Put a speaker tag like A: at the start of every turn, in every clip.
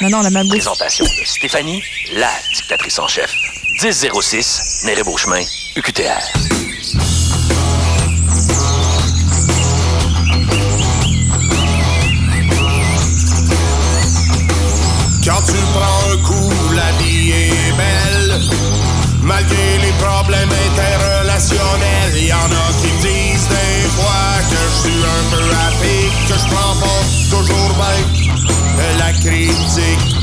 A: Non, non, la même gauche.
B: Présentation de Stéphanie, la dictatrice en chef. 1006, Néré Beauchemin, UQTR.
C: Quand tu prends un coup, la vie est belle. Malgré les problèmes interrelationnels, y en a qui me disent des fois que je suis un peu à pic, que je prends pas toujours bien la critique.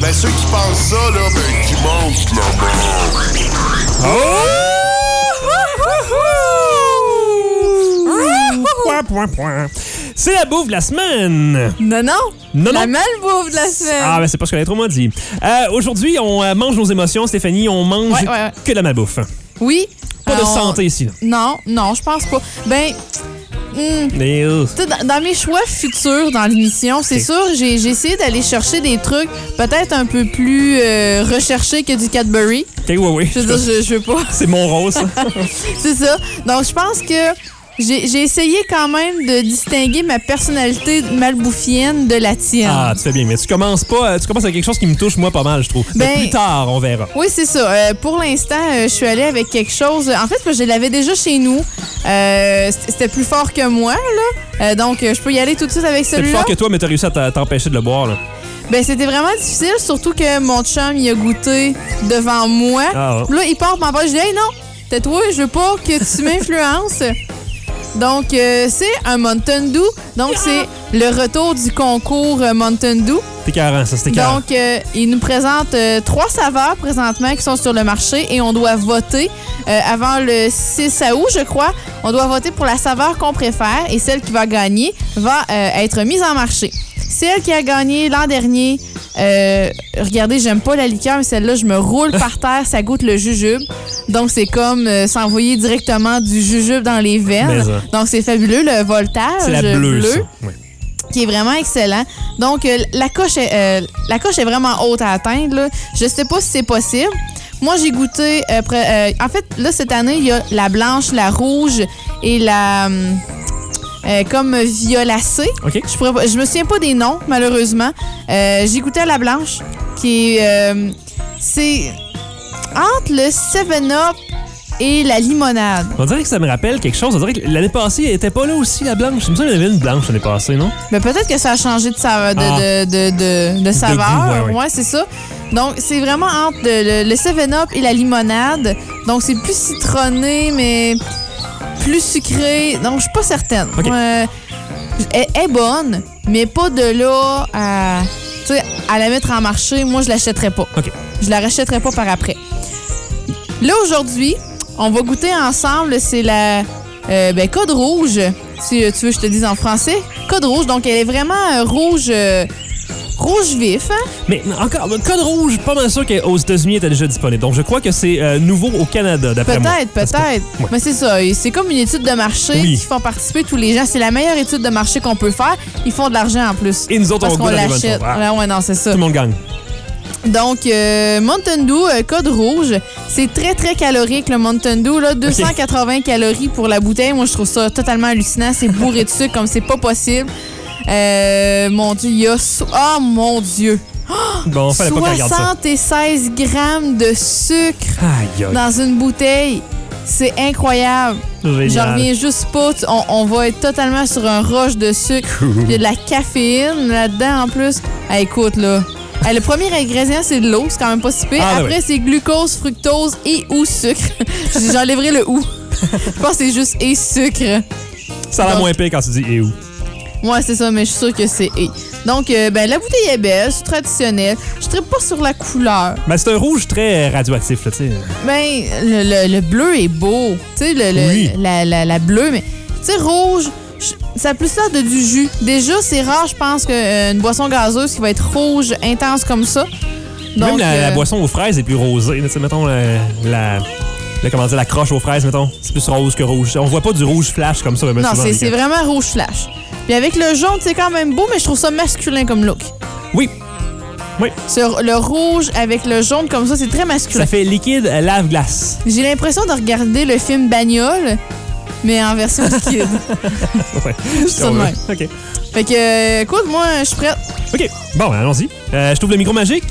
C: Ben ceux qui pensent ça, là, ben qui mentent, là, ben...
D: Point, point, point. C'est la bouffe de la semaine.
A: Non, non.
D: Non,
A: la
D: non.
A: malbouffe de la semaine.
D: Ah, ben c'est pas ce que l'intro m'a dit. Euh, Aujourd'hui, on euh, mange nos émotions, Stéphanie. On mange
A: Ouais, ouais, ouais. Ah,
D: que de la malbouffe.
A: Oui.
D: Pas de
A: Alors,
D: santé ici. là.
A: Non, non, je pense pas. Ben, hmm,
D: Mais, euh,
A: tu sais, dans, dans mes choix futurs dans l'émission, c'est
D: Ok.
A: sûr, j'ai j'ai essayé d'aller chercher des trucs peut-être un peu plus euh, recherchés que du Cadbury.
D: ok, ouais, ouais.
A: Je veux dire, je, je veux pas.
D: C'est mon rose. ça.
A: C'est ça. Donc, je pense que j'ai j'ai essayé quand même de distinguer ma personnalité malbouffienne de la tienne.
D: ah, tu fais bien. Mais tu commences pas. euh, Tu commences avec quelque chose qui me touche moi pas mal, je trouve. Mais
A: Ben-
D: plus tard, on verra.
A: Oui, c'est ça. Euh, pour l'instant, euh, je suis allée avec quelque chose. En fait, je l'avais déjà chez nous. Euh, c- C'était plus fort que moi, là. Euh, donc, euh, je peux y aller tout de suite avec
D: C'est plus
A: celui-là.
D: fort que toi, mais t'as réussi à t'a- t'empêcher de le boire. Là.
A: Ben, c'était vraiment difficile, surtout que mon chum, il a goûté devant moi.
D: Ah, ouais.
A: Puis Là, il part, m'en va. Je dis, hey, non, tais-toi, je veux pas que tu m'influences. Donc, euh, c'est un Mountain Dew. Donc, c'est le retour du concours euh, Mountain Dew.
D: T'es carré, ça, c'était carré.
A: Donc, euh, il nous présente euh, trois saveurs présentement qui sont sur le marché et on doit voter euh, avant le 6 août, je crois. On doit voter pour la saveur qu'on préfère et celle qui va gagner va euh, être mise en marché. Celle qui a gagné l'an dernier, euh, regardez, j'aime pas la liqueur, mais celle-là, je me roule par terre, ça goûte le jujube. Donc, c'est comme euh, s'envoyer directement du jujube dans les
D: Mais
A: veines.
D: ça.
A: Donc, c'est fabuleux, le voltage
D: C'est la bleue,
A: bleu
D: ça. Ouais.
A: qui est vraiment excellent. Donc, euh, la coche est, euh, la coche est vraiment haute à atteindre. là. Je sais pas si c'est possible. Moi, j'ai goûté... euh, pre- euh, en fait, là, cette année, il y a la blanche, la rouge et la... hum, euh, comme violacée.
D: Ok.
A: Je, pourrais pas- je me souviens pas des noms, malheureusement. Euh, j'ai goûté à la blanche, qui est... euh, c'est entre le 7-Up et la limonade.
D: On dirait que ça me rappelle quelque chose. On dirait que l'année passée, elle était pas là aussi, la blanche. Il me semble qu'il y en avait une blanche l'année passée, non?
A: Mais peut-être que ça a changé de, saveur- de, de,
D: Ah.
A: de, de, de saveur.
D: goût, ouais, ouais.
A: Ouais, c'est ça. Donc, c'est vraiment entre le, le- le 7-Up et la limonade. Donc, c'est plus citronné, mais plus sucré. Donc, je suis pas certaine.
D: Ok.
A: Euh, elle elle est bonne, mais pas de là à, tu sais, à la mettre en marché. Moi, je l'achèterais pas.
D: Ok.
A: Je la rachèterai pas par après. Là, aujourd'hui, on va goûter ensemble. C'est la euh, ben, Code Rouge. Si euh, tu veux, que je te dise en français. Code Rouge. Donc, elle est vraiment euh, rouge. euh, Rouge vif, hein?
D: Mais encore, le code rouge, pas mal sûr qu'aux États-Unis était déjà disponible. Donc je crois que c'est euh, nouveau au Canada, d'après moi.
A: peut-être, peut-être.
D: Ouais.
A: Mais c'est ça, et c'est comme une étude de marché
D: Oui.
A: qui font participer tous les gens. C'est la meilleure étude de marché qu'on peut faire. Ils font de l'argent en plus.
D: Et nous autres,
A: parce
D: on
A: qu'on
D: goûte dans les bonnes
A: l'achète.
D: choses. Ah.
A: Ouais, ouais, non, c'est ça.
D: Tout le monde gagne.
A: Donc, euh, Mountain Dew, euh, code rouge, c'est très, très calorique, le Mountain Dew. Là, 280 calories pour la bouteille. Moi, je trouve ça totalement hallucinant. C'est bourré de sucre comme c'est pas possible. Euh, mon Dieu, il y a... so- Oh, mon Dieu!
D: Bon, fallait pas qu'on regarde ça.
A: 76 grammes de sucre
D: Aïe, aïe.
A: dans une bouteille. C'est incroyable.
D: Génial.
A: J'en reviens juste pas. Tu- On, on va être totalement sur un roche de sucre. Il y a de la caféine là-dedans en plus. Ah, écoute, là. Ah, le premier ingrédient, c'est de l'eau. C'est quand même pas si pire.
D: Ah, ben
A: Après,
D: oui.
A: c'est glucose, fructose et ou sucre. J'enlèverai le ou. Je pense que c'est juste et sucre.
D: Ça a l'air
A: Donc-
D: moins pire quand tu dis et où.
A: Moi, c'est ça, mais je suis sûre que c'est et. Donc, euh, ben, la bouteille est belle, c'est traditionnel. Je ne pas sur la couleur.
D: Mais c'est un rouge très euh, radioactif, là, tu sais.
A: Ben, le, le- le bleu est beau. Tu sais, le, le-
D: Oui.
A: la, la, la bleue, mais tu sais, rouge, je- ça a plus l'air de du jus. Déjà, c'est rare, je pense, qu'une boisson gazeuse qui va être rouge, intense comme ça. Donc,
D: Même la, la
A: euh,
D: boisson aux fraises est plus rosée. là, Tu sais, mettons la. la... la- comment dire, la croche aux fraises, mettons. C'est plus rose que rouge. On voit pas du rouge flash comme ça. mais
A: Non,
D: souvent,
A: c'est
D: les
A: c'est
D: gars.
A: vraiment rouge flash. Puis avec le jaune, c'est quand même beau, mais je trouve ça masculin comme look.
D: Oui,
A: Sur le rouge avec le jaune comme ça, c'est très masculin.
D: ça fait liquide euh, lave-glace.
A: J'ai l'impression de regarder le film Bagnole, mais en version liquide.
D: Ouais.
A: ça de même.
D: OK.
A: Fait que, euh, écoute, moi, je suis prête.
D: OK. Bon, allons-y. Euh, je trouve le micro magique.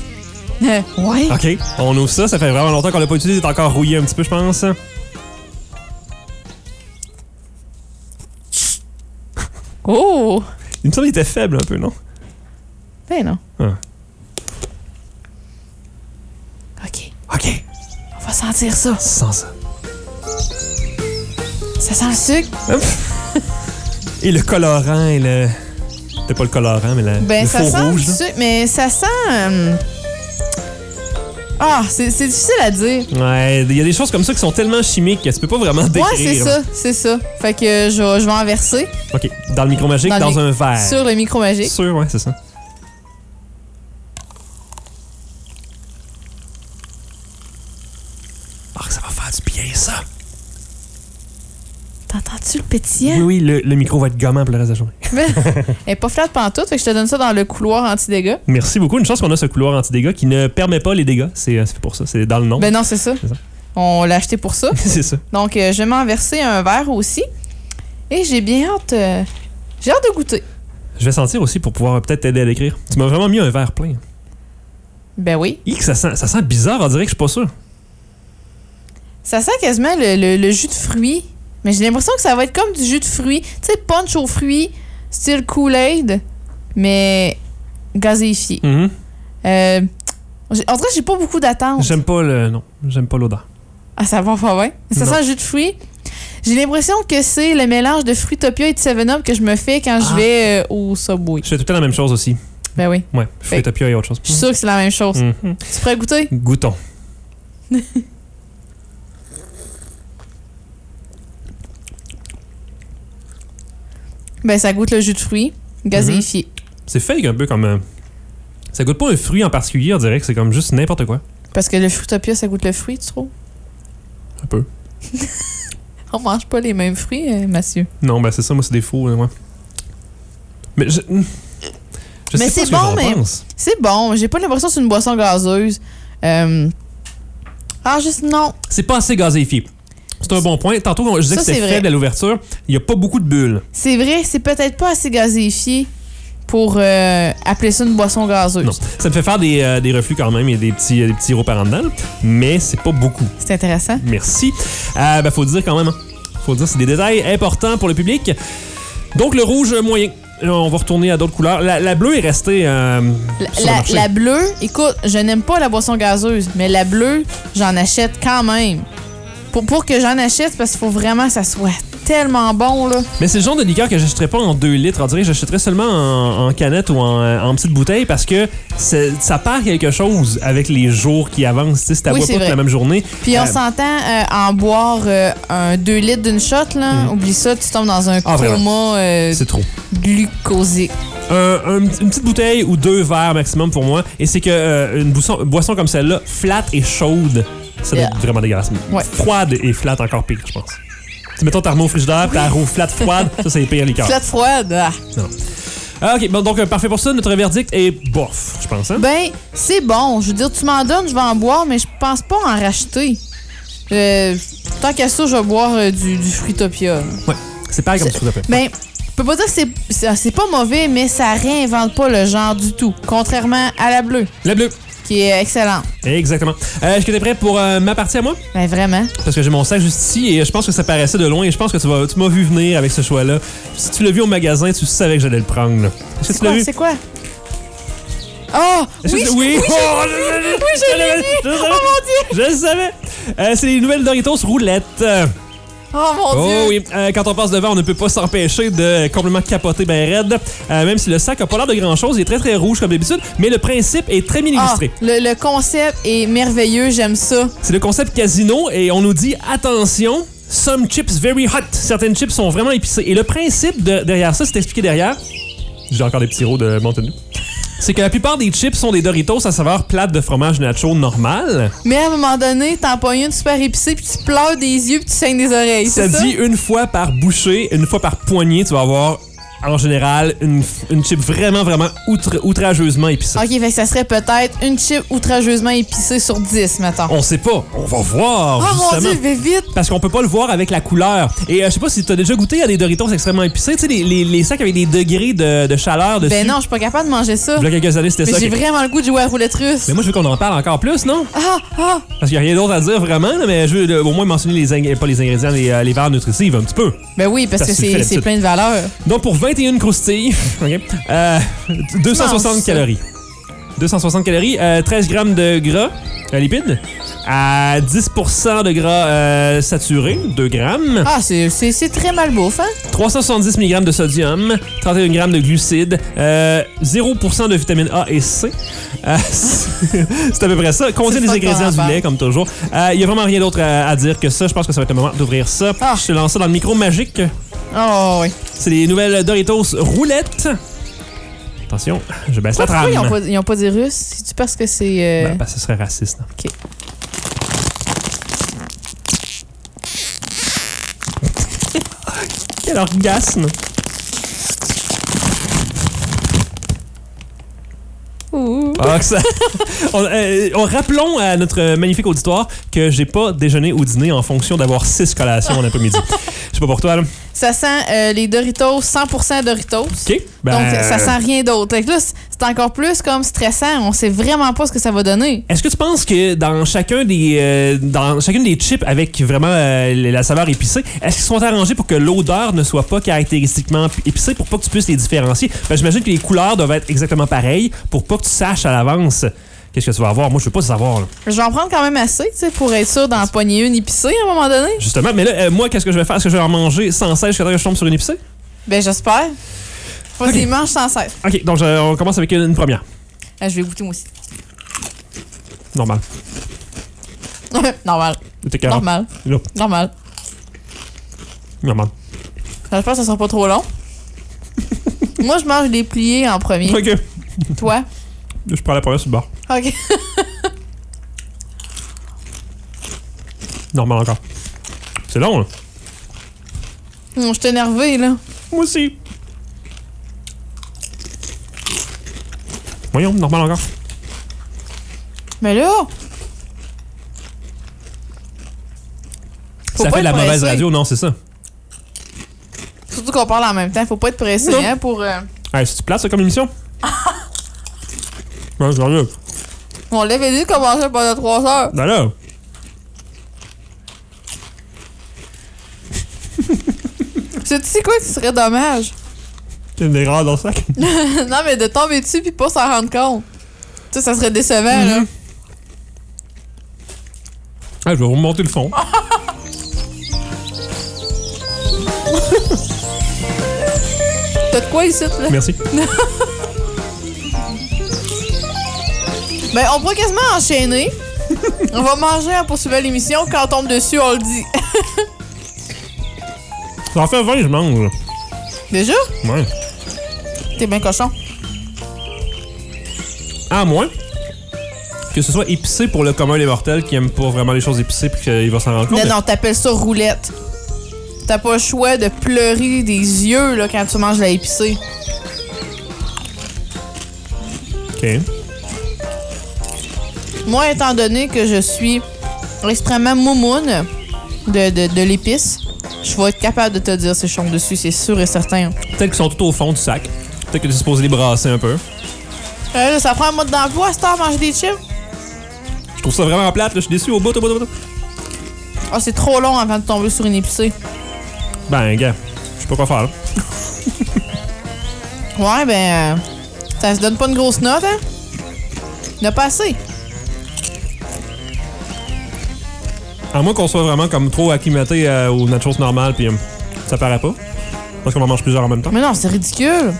A: Euh, ouais.
D: OK. On ouvre ça. Ça fait vraiment longtemps qu'on l'a pas utilisé. C'est encore rouillé un petit peu, je pense.
A: Oh!
D: Il me semble qu'il était faible un peu, non?
A: Ben non.
D: Ah.
A: OK.
D: OK.
A: On va sentir ça.
D: Sans ça.
A: Ça sent le sucre?
D: Et le colorant et le... C'était pas le colorant, mais la-
A: Ben,
D: le
A: ça
D: faux
A: sent
D: rouge.
A: le
D: là.
A: sucre, mais ça sent... euh, Ah, c'est c'est difficile à dire.
D: Ouais, il y a des choses comme ça qui sont tellement chimiques que tu peux pas vraiment décrire.
A: Ouais, c'est ça, c'est ça. Fait que euh, je vais, je vais en verser
D: OK. Dans le micro magique,
A: Dans
D: dans,
A: le mi-
D: un verre.
A: sur le micro magique.
D: Sûr, ouais, c'est ça. Ah, ça va faire du bien, ça.
A: T'entends-tu le pétillant?
D: Oui, oui, le, le micro va être gommant pour le reste de la journée.
A: Ben, Elle est pas flatte pantoute, fait que je te donne ça dans le couloir anti-dégâts.
D: Merci beaucoup. Une chance qu'on a ce couloir anti-dégâts qui ne permet pas les dégâts. C'est euh, c'est pour ça. C'est dans le nom.
A: Ben non, c'est ça.
D: C'est ça.
A: On l'a acheté pour ça.
D: c'est ça.
A: Donc, euh, je vais m'en verser un verre aussi. Et j'ai bien hâte... euh, J'ai hâte de goûter.
D: Je vais sentir aussi pour pouvoir euh, peut-être t'aider à l'écrire. Tu m'as vraiment mis un verre plein.
A: Ben oui.
D: Hic, ça sent, ça sent bizarre. On dirait que je suis pas sûr.
A: Ça sent quasiment le, le- le jus de fruits. Mais j'ai l'impression que ça va être comme du jus de fruits. Tu sais, punch aux fruits, style Kool-Aid, mais gazéifié.
D: Mhm.
A: Euh, j'ai- en tout cas, j'ai pas beaucoup d'attentes
D: J'aime pas le. Non, j'aime pas l'odeur.
A: à savoir pas vrai. Ça
D: Non.
A: sent le jus de fruits. J'ai l'impression que c'est le mélange de Fruitopia et de 7-Up que je me fais quand je
D: Ah.
A: vais euh, au Subway.
D: Je fais tout le temps la même chose aussi.
A: Ben oui.
D: Ouais, je fais
A: Fait-
D: tapia et autre chose.
A: Je suis sûre que c'est la même chose.
D: Mhm.
A: Tu pourrais goûter?
D: Goûtons.
A: Ben, ça goûte le jus de fruits gazéifié.
D: C'est fake un peu comme. euh, Ça goûte pas un fruit en particulier, on dirait que c'est comme juste n'importe quoi.
A: Parce que le Fruitopia, ça goûte le fruit, tu trouves?
D: Un peu.
A: On mange pas les mêmes fruits, euh, Mathieu.
D: Non, ben c'est ça, moi c'est des faux. euh, ouais. Mais je. mm. Je
A: Mais
D: sais
A: c'est
D: pas ce
A: bon,
D: que j'en
A: mais-
D: pense.
A: C'est bon, j'ai pas l'impression que c'est une boisson gazeuse. Euh... Ah, juste non.
D: C'est pas assez gazéifié. C'est un bon point. Tantôt, on- je disais
A: Ça,
D: que
A: c'est
D: c'était
A: vrai.
D: faible à l'ouverture. Il y a pas beaucoup de bulles.
A: C'est vrai, c'est peut-être pas assez gazéifié pour euh, appeler ça une boisson gazeuse.
D: Non. Ça me fait faire des, euh, des reflux quand même. Il y a des petits, des petits repas en dedans, là. mais c'est pas beaucoup.
A: C'est intéressant.
D: Merci. Euh, ben, faut le dire quand même. hein. Faut le dire, c'est des détails importants pour le public. Donc, le rouge euh, moyen. Là, on va retourner à d'autres couleurs. La, la bleue est restée. euh,
A: La,
D: sur le
A: la-
D: marché.
A: la bleue, écoute, je n'aime pas la boisson gazeuse, mais la bleue, j'en achète quand même. Pour, pour que j'en achète, c'est parce qu'il faut vraiment que ça soit tellement bon, là.
D: Mais c'est le genre de liqueur que j'achèterais pas en 2 litres. On dirait que j'achèterais seulement en, en canette ou en, euh, en petite bouteille parce que c'est- ça perd quelque chose avec les jours qui avancent. Tu sais, Si tu
A: Oui,
D: bois
A: c'est
D: pas toute
A: vrai.
D: la même journée,
A: Puis on
D: Euh,
A: s'entend euh, en boire euh, un 2 litres d'une shot, là. Oublie ça, tu tombes dans un
D: Mhm. Ah, vraiment.
A: coma euh,
D: c'est trop.
A: glucosique.
D: Un- un- une petite bouteille ou deux verres maximum pour moi. Et c'est que euh, une boisson, boisson comme celle-là, flat et chaude, ça doit
A: Yeah.
D: être vraiment dégueulasse.
A: Ouais.
D: Froide et flat, encore pire, je pense. Tu mettons ta remis au frigidaire, ta roue flat froide, ça c'est les pires liqueurs.
A: Flotte froide, ah.
D: Ah, ok, bon, donc euh, parfait pour ça. Notre verdict est bof, je pense. Hein?
A: Ben, c'est bon. Je veux dire, tu m'en donnes, je vais en boire, mais je pense pas en racheter. Euh, tant qu'à ça, je vais boire euh, du, du Fruitopia.
D: Ouais, c'est pareil comme ce que vous appelez.
A: Ben, je peux pas dire que c'est- c'est c'est pas mauvais, mais ça réinvente pas le genre du tout. Contrairement à la bleue,
D: La bleue.
A: qui est excellente.
D: Exactement. Euh, Est-ce que t'es prêt pour euh, ma partie à moi?
A: Ben, vraiment.
D: Parce que j'ai mon sac juste ici et je pense que ça paraissait de loin et je pense que tu vas- tu m'as vu venir avec ce choix-là. Si tu l'as vu au magasin, tu savais que j'allais le prendre. là. Est-ce que
A: C'est
D: tu l'as
A: quoi?
D: vu?
A: C'est quoi? Oh!
D: Est-ce que
A: Oui, je-
D: tu- oui, Oh, je- je-
A: je l'ai vu. Oh,
D: je le savais. Je le savais. Euh, C'est les nouvelles Doritos roulettes. Euh,
A: Oh mon
D: Oh
A: Dieu!
D: oui, Euh, quand on passe devant, on ne peut pas s'empêcher de complètement capoter ben raide. Euh, même si le sac a pas l'air de grand-chose, il est très très rouge comme d'habitude, mais le principe est très bien
A: Ah,
D: illustré.
A: le, le concept est merveilleux, j'aime ça.
D: C'est le concept casino et on nous dit attention, some chips very hot. Certaines chips sont vraiment épicées. Et le principe de- derrière ça, c'est expliqué derrière. J'ai encore des petits rots de Montaigne. C'est que la plupart des chips sont des Doritos à saveur plate de fromage nacho normal.
A: Mais à un moment donné, t'en pognes une super épicée, puis tu pleures des yeux, puis tu saignes des oreilles.
D: Ça
A: c'est
D: dit une fois par bouchée, une fois par poignée, tu vas avoir en général, une, f- une chip vraiment, vraiment outre- outrageusement épicée.
A: OK, fait que ça serait peut-être une chip outrageusement épicée sur 10, mettons.
D: On sait pas. On va voir,
A: Oh mon
D: Oh, justement.
A: dieu, vais vite!
D: parce qu'on peut pas le voir avec la couleur. Et euh, je sais pas si tu as déjà goûté à des Doritos extrêmement épicés, tu sais, les, les- les sacs avec des degrés de, de chaleur dessus.
A: Ben non, je suis pas capable de manger ça.
D: Il y a quelques années, c'était
A: Mais
D: ça.
A: j'ai
D: que-
A: vraiment le goût de jouer à la roulette russe.
D: Mais moi, je veux qu'on en parle encore plus, non?
A: Ah, ah!
D: Parce qu'il n'y a rien d'autre à dire vraiment, là, mais je veux euh, au moins mentionner les, ing- pas les ingrédients, les, euh, les valeurs nutritives un petit peu.
A: Ben oui, parce
D: Ça
A: que
D: se fait
A: c'est
D: d'habitude.
A: c'est plein de valeurs.
D: Donc, pour 21 croustilles, ok, euh, 260
A: Mince.
D: calories. 260 calories, euh, 13 grammes de gras euh, lipides, à 10 de gras euh, saturé, 2 grammes,
A: Ah, c'est- c'est c'est très mal bouffe, hein?
D: 370 mg de sodium, 31 g de glucides, euh, 0% de vitamine A et C. Euh, c'est à peu près ça. Contient
A: C'est
D: des
A: pas
D: ingrédients du
A: comparable.
D: lait, comme toujours. Il n'y a vraiment rien d'autre à, à dire que ça. Je pense que ça va être le moment d'ouvrir ça.
A: Ah.
D: Je te lance ça dans le micro magique. Ah,
A: Oh oui.
D: C'est les nouvelles Doritos roulettes. Attention, je baisse la trame.
A: Pourquoi ils ont, pas, ils ont pas des Russes? C'est-tu parce que c'est... euh,
D: Ben, parce que ce serait raciste. non?
A: OK.
D: Quel orgasme!
A: Ouh.
D: Ah, que ça- on, euh, on- rappelons à notre magnifique auditoire que j'ai pas déjeuné ou dîné en fonction d'avoir six collations en après-midi. Je sais pas pour toi, là.
A: Ça sent euh, les Doritos, 100% Doritos.
D: OK? Ben,
A: Donc, ça sent rien d'autre. Fait que Là, c'est c'est encore plus comme stressant. On sait vraiment pas ce que ça va donner.
D: Est-ce que tu penses que dans chacun des euh, dans chacune des chips avec vraiment euh, la saveur épicée, est-ce qu'ils sont arrangés pour que l'odeur ne soit pas caractéristiquement épicée pour pas que tu puisses les différencier Ben, j'imagine que les couleurs doivent être exactement pareilles pour pas que tu saches à l'avance qu'est-ce que tu vas avoir. Moi, je veux pas savoir. là.
A: Je vais en prendre quand même assez, tu sais, pour être sûr d'en pogner une épicée à un moment donné.
D: Justement, mais là euh, moi qu'est-ce que je vais faire Est-ce que je vais en manger sans cesse jusqu'à temps que je tombe sur une épicée
A: Ben, j'espère. Faut que je les mange sans cesse.
D: OK, donc je- on commence avec une, une première.
A: Ah, je vais goûter moi aussi.
D: Normal.
A: normal.
D: T'es carré.
A: Normal.
D: Là,
A: Normal.
D: Normal.
A: J'espère que ça sera pas trop long. moi, je mange les pliés en premier.
D: OK.
A: Toi?
D: Je prends la première sur le bord.
A: OK.
D: Normal encore. C'est long. hein. Là.
A: Hum, Je suis énervée, là.
D: Moi aussi. Voyons, normal encore.
A: Mais là... Faut
D: ça
A: pas
D: fait de la
A: être
D: mauvaise
A: pressé.
D: radio, non, c'est ça.
A: Surtout qu'on parle en même temps. Faut pas être pressé,
D: Non.
A: hein, pour... euh,
D: Hey, c'est-tu plate, ça, comme émission? ouais, c'est mieux.
A: On l'avait dit de commencer pendant trois heures.
D: Ben là.
A: C'est tu sais quoi qui serait dommage?
D: C'est une erreur dans le sac.
A: non, mais de tomber dessus puis pas s'en rendre compte. Tu sais, ça serait décevant, là.
D: Mhm. Ah, je vais remonter le fond.
A: T'as de quoi ici, là?
D: Merci.
A: Ben, on pourrait quasiment enchaîner. on va manger en poursuivant l'émission. Quand on tombe dessus, on le dit.
D: Ça en fait 20, je mange.
A: Déjà?
D: Ouais.
A: T'es bien cochon.
D: À moins que ce soit épicé pour le commun des mortels qui aime pas vraiment les choses épicées puis qu'il va s'en rendre compte.
A: Non, non, t'appelles ça roulette. T'as pas le choix de pleurer des yeux, là, quand tu manges la épicée.
D: OK.
A: Moi, étant donné que je suis extrêmement moumoune de, de, de l'épice, je vais être capable de te dire si je tombe dessus, c'est sûr et certain.
D: Peut-être qu'ils sont tout au fond du sac. Peut-être que tu es supposé les brasser un peu.
A: Euh, là, ça prend un mode d'emploi, à cette heure, manger des chips.
D: Je trouve ça vraiment plate, là. Je suis déçu au bout, au bout, au bout.
A: Ah, c'est trop long avant de tomber sur une épicée.
D: Ben, gars, je sais pas quoi faire, là.
A: Ouais, ben, euh, ça se donne pas une grosse note, hein? N'a pas assez. Ah,
D: À moins qu'on soit vraiment comme trop acclimaté euh, aux nachos normales, puis euh, ça paraît pas. Parce qu'on en mange plusieurs en même temps.
A: Mais non, c'est ridicule.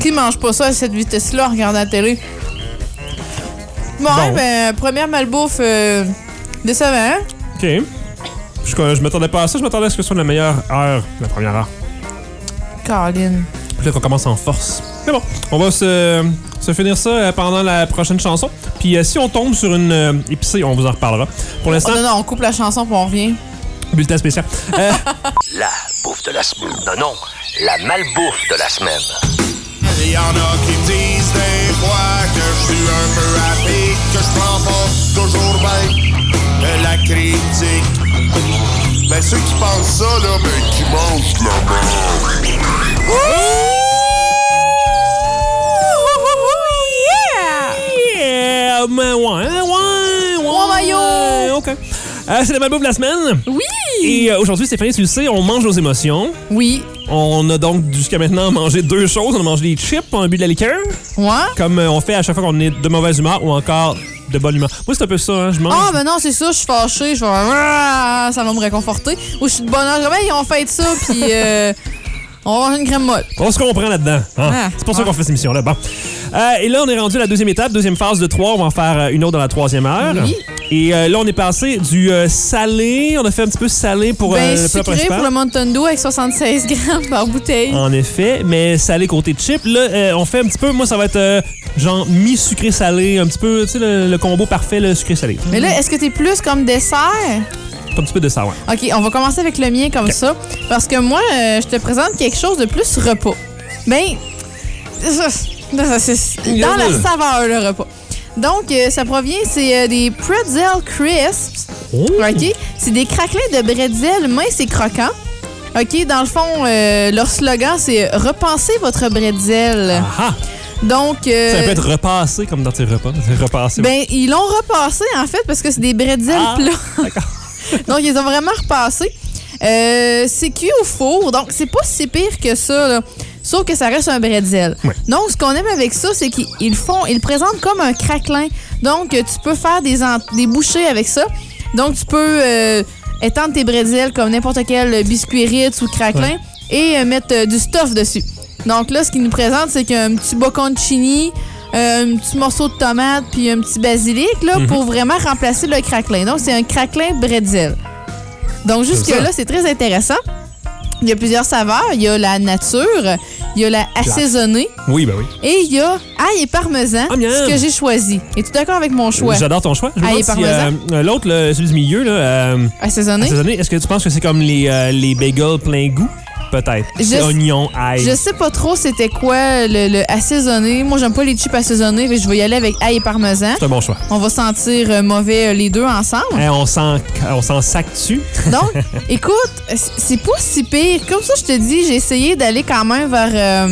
A: Qui mange pas ça à cette vitesse-là en regardant la télé? Bon,
D: Bon.
A: ben, première malbouffe euh, décevant. hein?
D: Ok. Je, je m'attendais pas à ça, je m'attendais à ce que ce soit la meilleure heure, la première heure.
A: Caroline.
D: Peut-être qu'on commence en force. Mais bon, on va se, se finir ça euh, pendant la prochaine chanson. Puis euh, si on tombe sur une euh, épicée, on vous en reparlera. Pour
A: Oh
D: l'instant,
A: non, non, on coupe la chanson puis on revient.
D: bulletin spécial. Euh,
B: La bouffe de la semaine. Non, non, la malbouffe de la semaine.
C: Il y en a qui me disent des fois que je suis un peu à pic, que je prends pas toujours bien de la critique. Mais ceux qui pensent ça, là, mais qui mangent la mort.
A: Ouh,
D: Yeah! Mais ouais, hein, ouais, ouais.
A: maillot.
D: ouais, OK. Euh, c'est la malbouffe de la semaine.
A: yeah! Oui!
D: Et euh, aujourd'hui, Stéphanie, tu le sais, on mange nos émotions.
A: Oui.
D: On a donc jusqu'à maintenant mangé deux choses. On a mangé des chips, on a bu de la liqueur,
A: Moi?
D: comme euh, on fait à chaque fois qu'on est de mauvaise humeur ou encore de bonne humeur. Moi, c'est un peu ça, hein, je mange.
A: Ah, ben non, c'est ça, je suis fâchée, je vais. Ah, Ça va me réconforter. Ou je suis de bonne heure. Ben, ils ont fait ça, puis euh, on va manger une crème molle.
D: On se comprend là-dedans. hein.
A: Ah,
D: c'est pour ça
A: ah.
D: qu'on fait cette émission-là. Bon. Euh, et là, on est rendu à la deuxième étape, deuxième phase de trois. On va en faire euh, une autre dans la troisième heure.
A: Oui.
D: Et euh, là, on est passé du euh, salé. On a fait un petit peu salé pour euh,
A: ben,
D: le plat
A: sucré
D: principal. Ah.
A: pour le Mountain Dew avec 76 grammes par bouteille.
D: En effet, mais salé côté chip. Là, euh, on fait un petit peu. Moi, ça va être euh, genre mi-sucré-salé. Un petit peu, tu sais, le, le combo parfait, le sucré-salé.
A: Mais là, est-ce que t'es plus comme dessert?
D: Un petit peu de ça, ouais.
A: OK, on va commencer avec le mien comme ça. Parce que moi, euh, je te présente quelque chose de plus repas. Ben, ça, ça, c'est dans la
D: Yum.
A: saveur, le repas. Donc, euh, ça provient, c'est euh, des pretzel crisps.
D: Oh!
A: OK? C'est des craquelins de bretzel minces et croquants. OK? Dans le fond, euh, leur slogan, c'est « Repensez votre bretzel
D: Ah! ah. ».
A: Donc...
D: Ça
A: euh,
D: peut être repassé comme dans tes repas. C'est Repassé.
A: ben, ils l'ont repassé, en fait, parce que c'est des bretzels
D: Ah,
A: plats. donc, ils les ont vraiment repassé. Euh, c'est cuit au four, donc c'est pas si pire que ça, là. Sauf que ça reste un bretzel.
D: Ouais.
A: Donc, ce qu'on aime avec ça, c'est qu'ils ils font, ils le présentent comme un craquelin. Donc, euh, tu peux faire des, en- des bouchées avec ça. Donc, tu peux euh, étendre tes bretzels comme n'importe quel euh, biscuit Ritz ou craquelin et euh, mettre euh, du stuff dessus. Donc là, ce qu'ils nous présentent, c'est qu'il y a un petit bocconcini, euh, un petit morceau de tomate puis un petit basilic là, pour vraiment remplacer le craquelin. Donc, c'est un craquelin bretzel. Donc, jusque-là, c'est très intéressant. Il y a plusieurs saveurs. Il y a la nature, il y a la assaisonnée
D: Oui, ben oui.
A: et il y a ail et parmesan,
D: Ah, miam.
A: ce que j'ai choisi. Es-tu d'accord avec mon choix?
D: J'adore ton choix. Je me
A: Ail
D: demande
A: et
D: si, euh, euh, l'autre, le- celui du milieu, là, euh,
A: Assaisonné?
D: assaisonné, est-ce que tu penses que c'est comme les, euh, les bagels plein goût? Peut-être.
A: Je-
D: C'est Oignon, ail.
A: Je sais pas trop c'était quoi le, le assaisonné. Moi, j'aime pas les chips assaisonnés, mais je vais y aller avec ail et parmesan.
D: C'est un bon choix.
A: On va sentir euh, mauvais euh, les deux ensemble.
D: Hein, on s'en on s'en sac dessus.
A: Donc, écoute, c- c'est pas si pire. Comme ça, je te dis, j'ai essayé d'aller quand même vers euh,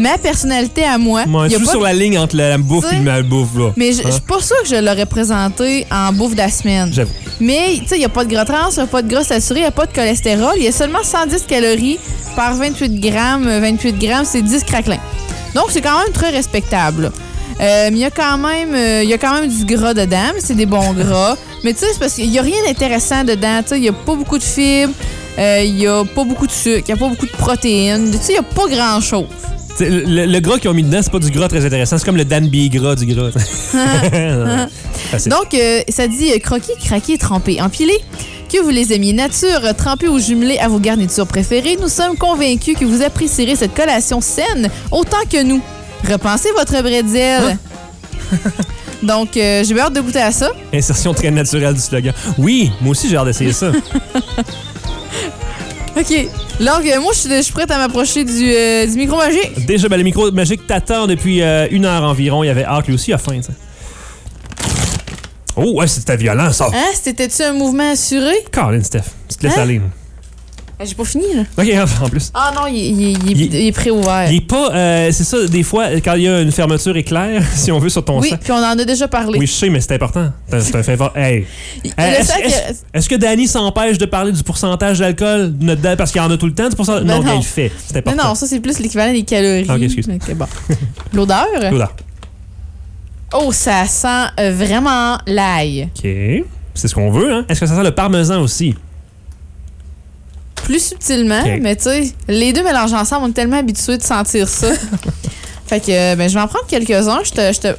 A: ma personnalité à moi.
D: Moi,
A: Y
D: je
A: a
D: suis
A: pas
D: sur
A: de-
D: la ligne entre la bouffe
A: Tu sais,
D: et la bouffe, là.
A: Mais je
D: Hein?
A: je suis pas sûre que je l'aurais présenté en bouffe de la semaine.
D: J'avoue.
A: Mais, tu sais, il n'y a pas de gras trans, il n'y a pas de gras saturé, il n'y a pas de cholestérol. Il y a seulement 110 calories par 28 grammes. Euh, 28 grammes, c'est 10 craquelins. Donc, c'est quand même très respectable. Euh, mais il y, a quand même, euh, il y a quand même du gras dedans, mais c'est des bons gras. Mais tu sais, c'est parce qu'il n'y a rien d'intéressant dedans. Tu sais, il n'y a pas beaucoup de fibres, euh, il n'y a pas beaucoup de sucre, il n'y a pas beaucoup de protéines. Tu sais, il n'y a pas grand-chose.
D: T'sais, Le, le gras qu'ils ont mis dedans, c'est pas du gras très intéressant. C'est comme le Dan B. gras du gras. Facile.
A: Ah. Donc, euh, ça dit euh, croquis, craquer, tremper, empiler. Que vous les aimiez nature, trempés ou jumelés à vos garnitures préférées, nous sommes convaincus que vous apprécierez cette collation saine autant que nous. Repensez votre bretzel. Hein? Donc, euh, j'ai bien hâte de goûter à ça.
D: Insertion très naturelle du slogan. Oui, moi aussi, j'ai hâte d'essayer ça.
A: OK. Donc, euh, moi, je suis- je suis prête à m'approcher du, euh, du micro magique.
D: Déjà, ben, le micro magique t'attend depuis euh, une heure environ. Il y avait hâte, lui aussi, il a faim. t'sais. Oh, ouais, c'était violent, ça.
A: Hein? C'était-tu un mouvement assuré?
D: Colin, Steph, tu te laisses
A: Hein?
D: aller. là.
A: Ben, j'ai pas fini, là.
D: OK, en plus.
A: Ah non, il, il- il-
D: Il-
A: il est préouvert.
D: Il est pas... euh, c'est ça, des fois, quand il y a une fermeture éclair, si on veut, sur ton
A: Oui,
D: sac.
A: puis on en a déjà parlé.
D: Oui, je sais, mais c'est important. C'est un- C'est un fait fort. Hey,
A: Il-
D: Euh,
A: le
D: Est-ce
A: sac, euh,
D: est-ce- est-ce que Danny s'empêche de parler du pourcentage d'alcool de notre- parce qu'il y en a tout le temps du pourcentage?
A: Ben
D: non,
A: non.
D: il le fait. C'est
A: Non,
D: important.
A: non, ça, c'est plus l'équivalent des calories.
D: Ah, Ok, excuse.
A: Ok, bon. L'odeur?
D: Voilà.
A: Oh, ça sent euh, vraiment l'ail.
D: OK. C'est ce qu'on veut, hein? Est-ce que ça sent le parmesan aussi?
A: Plus subtilement,
D: Ok.
A: mais tu sais, les deux mélangés ensemble, on est tellement habitués de sentir ça. fait que, euh, ben, je vais en prendre quelques-uns. Je te. je te-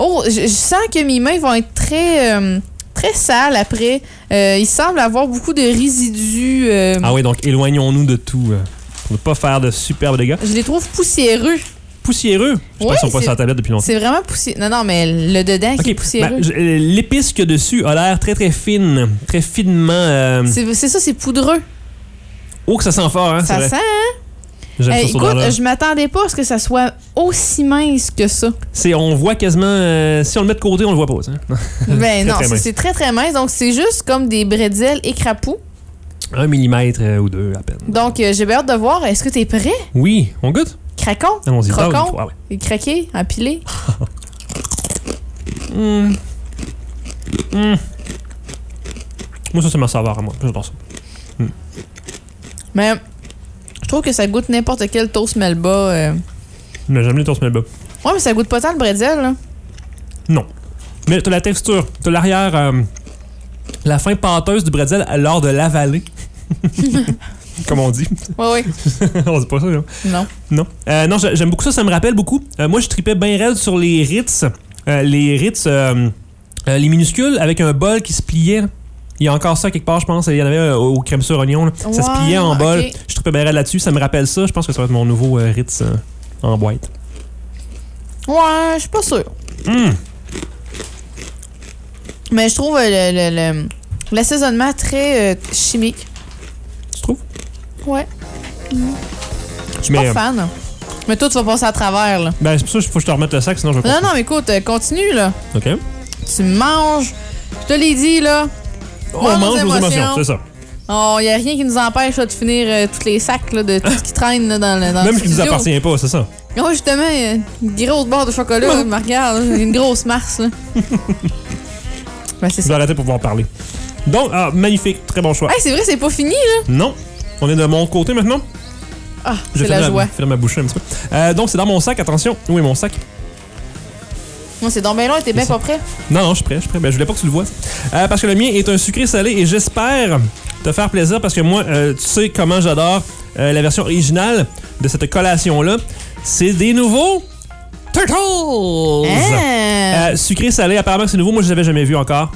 A: Oh, je, je sens que mes mains vont être très. euh, Très sales après. Euh, il semble avoir beaucoup de résidus. euh,
D: Ah oui, donc éloignons-nous de tout. euh, Pour ne pas faire de superbes dégâts.
A: Je les trouve poussiéreux.
D: Poussiéreux. Je
A: Oui,
D: pense qu'ils sont pas
A: c'est-
D: sur la tablette depuis longtemps.
A: C'est vraiment poussiéreux. Non, non, mais le dedans qui est
D: OK.
A: poussiéreux.
D: Ben, je- euh, L'épice qu'il y a dessus a l'air très, très fine. Très finement... euh,
A: C'est- C'est ça, c'est poudreux.
D: Oh, que ça sent fort, hein? Ah, c'est
A: Ça
D: vrai.
A: sent, hein?
D: J'aime
A: Euh,
D: ça, ce
A: écoute,
D: odeur-là.
A: je m'attendais pas à ce que ça soit aussi mince que ça.
D: C'est- On voit quasiment. euh, si on le met de côté, on le voit pas. hein. ça.
A: ben non,
D: très
A: c'est-
D: mince.
A: c'est très très mince. Donc c'est juste comme des bretzels écrapous.
D: Un millimètre euh, ou deux à peine.
A: Donc euh, j'ai bien hâte de voir. Est-ce que t'es prêt?
D: Oui, on goûte.
A: Cracon?
D: Allons-y. Ah, oui,
A: Crocon?
D: ah oui.
A: Et craqué? Empilé?
D: Moi, ça, c'est ma saveur à moi. J'adore ça.
A: Mais je trouve que ça goûte n'importe quel toast melba. euh.
D: Mais j'aime les toasts Melba.
A: Ouais, mais ça goûte pas tant le bretzel. Là.
D: Non. Mais t'as la texture, t'as l'arrière, euh, la fin pâteuse du bretzel lors de l'avaler. Comme on dit.
A: Ouais, ouais.
D: on dit pas ça, non?
A: Non.
D: Non. Euh, non, j'a- j'aime beaucoup ça, ça me rappelle beaucoup. Euh, moi, je tripais bien raide sur les Ritz. Euh, les Ritz, euh, euh, les minuscules, avec un bol qui se pliait. Il y a encore ça quelque part, je pense. Il y en avait euh, au crème sur oignon. là. Ça se
A: Ouais,
D: pliait en bol.
A: ok.
D: Je tripais bien raide là-dessus. Ça me rappelle ça. Je pense que ça va être mon nouveau euh, Ritz euh, en boîte.
A: Ouais, je suis pas sûre.
D: Hum.
A: Mais je trouve euh, le- le- le- l'assaisonnement très euh, chimique.
D: Tu trouves?
A: Ouais.
D: Je
A: Pas fan. Mais toi, tu vas passer à travers, là.
D: Ben, c'est pour ça qu'il faut que je te remette le sac, sinon je vais
A: Non,
D: pas.
A: non, mais écoute, euh, continue, là.
D: OK.
A: Tu manges. Je te l'ai dit, là.
D: On
A: Bonnes
D: mange nos
A: émotions.
D: émotions, c'est ça.
A: On y a rien qui nous empêche là, de finir euh, tous les sacs là, de tout ce qui traîne là, dans le dans
D: Même
A: le
D: ce qui nous
A: studio.
D: appartient pas, c'est ça.
A: Oh, justement, euh, une grosse barre de chocolat, là, me regarde, là, une grosse masse. Là. ben, c'est
D: Je vais
A: ça.
D: arrêter pour pouvoir parler. Donc, ah, magnifique, très bon choix.
A: Hey, c'est vrai, c'est pas fini, là.
D: Non, on est de mon côté maintenant.
A: Ah,
D: J'ai
A: c'est la
D: fermé
A: joie.
D: fermé ma bouche un petit peu. Euh, donc, c'est dans mon sac, attention. Où est mon sac?
A: Non, c'est donc bien long, t'es bien
D: C'est
A: pas prêt.
D: Non, non, je suis prêt, je suis prêt. Ben, je voulais pas que tu le vois. Euh, parce que le mien est un sucré salé et j'espère te faire plaisir parce que moi, euh, tu sais comment j'adore euh, la version originale de cette collation-là. C'est des nouveaux Turtles!
A: Hein?
D: Euh, sucré salé, apparemment que c'est nouveau. Moi, je les avais jamais vu encore.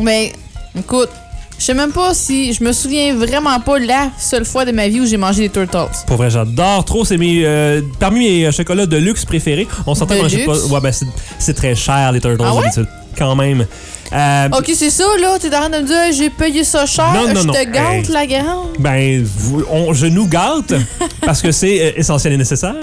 A: Mais Ben, écoute, je sais même pas si. Je me souviens vraiment pas la seule fois de ma vie où j'ai mangé des turtles.
D: Pour vrai, j'adore trop. C'est mes, euh, parmi mes euh, chocolats de luxe préférés. On s'entend
A: De
D: qu'on achète pas.
A: luxe?
D: Ouais, ben, c'est- c'est très cher, les Turtles,
A: Ah ouais?
D: d'habitude. Quand même. Euh,
A: Ok, c'est ça, là. T'es en train de me dire, Hey, j'ai payé ça cher.
D: Non, non,
A: je
D: non.
A: te gâte,
D: Hey.
A: la grande.
D: Ben, vous- on, je nous gâte parce que c'est euh, essentiel et nécessaire,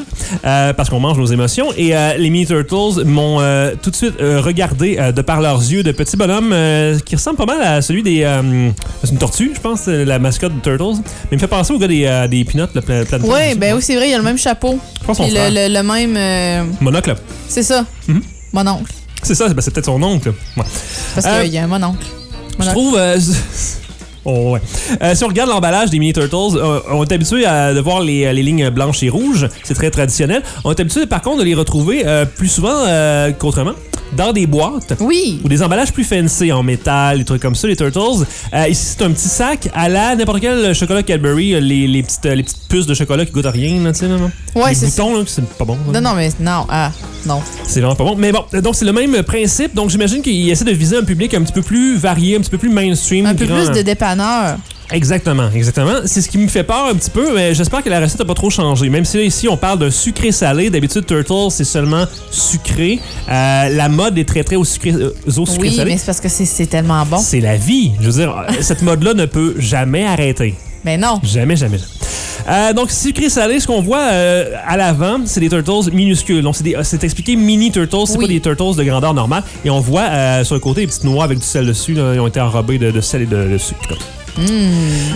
D: euh, parce qu'on mange nos émotions. Et euh, les Mini Turtles m'ont euh, tout de suite euh, regardé euh, de par leurs yeux de petits bonhommes euh, qui ressemblent pas mal à celui des. euh, c'est une tortue, je pense, euh, la mascotte des Turtles. Mais il me fait penser au gars des, euh, des Peanuts, le pla- Planet
A: Ouais,
D: Peanuts.
A: ben oui, c'est vrai, il a le même chapeau.
D: Je pense
A: Puis
D: son frère.
A: le, le- le même. euh,
D: Monocle.
A: c'est ça.
D: Mhm.
A: Mon oncle.
D: C'est ça, ben, c'est peut-être son oncle. Ouais.
A: Parce
D: Euh,
A: qu'il y a un mon oncle. Mon
D: Je
A: oncle.
D: trouve. euh, oh, ouais. Euh, si on regarde l'emballage des Mini Turtles, euh, on est habitué à de voir les, les lignes blanches et rouges. C'est très traditionnel. On est habitué, par contre, de les retrouver euh, plus souvent euh, qu'autrement dans des boîtes.
A: Oui.
D: Ou des emballages plus fancy en métal, des trucs comme ça, les Turtles. Euh, ici, c'est un petit sac à la n'importe quel chocolat Cadbury, euh, les, les petites, euh, les petites puces de chocolat qui goûtent à rien, là, tu sais, là, non?
A: Ouais,
D: Les
A: c'est
D: boutons, là, que c'est pas bon. là.
A: Non, non, mais non. Ah, non.
D: C'est vraiment pas bon. Mais bon, euh, donc c'est le même principe. Donc j'imagine qu'il essaie de viser un public un petit peu plus varié, un petit peu plus mainstream.
A: Un peu
D: grand.
A: plus de dépanneur.
D: Exactement, exactement. C'est ce qui me fait peur un petit peu, mais j'espère que la recette n'a pas trop changé. Même si là, ici, on parle de sucré-salé, d'habitude, Turtle, c'est seulement sucré. Euh, la mode est très, très au sucré, euh, aux eaux
A: Oui,
D: sucrées-salées.
A: mais c'est parce que c'est- c'est tellement bon.
D: c'est la vie. Je veux dire, euh, cette mode-là ne peut jamais arrêter.
A: Mais non.
D: Jamais, jamais, jamais. Euh, donc, sucré-salé, ce qu'on voit euh, à l'avant, c'est des turtles minuscules. Donc, c'est des- euh, c'est expliqué mini turtles, c'est
A: Oui.
D: pas des turtles de grandeur normale. Et on voit euh, sur le côté des petites noix avec du sel dessus. là. ils ont été enrobés de, de sel et de, de sucre. comme ça.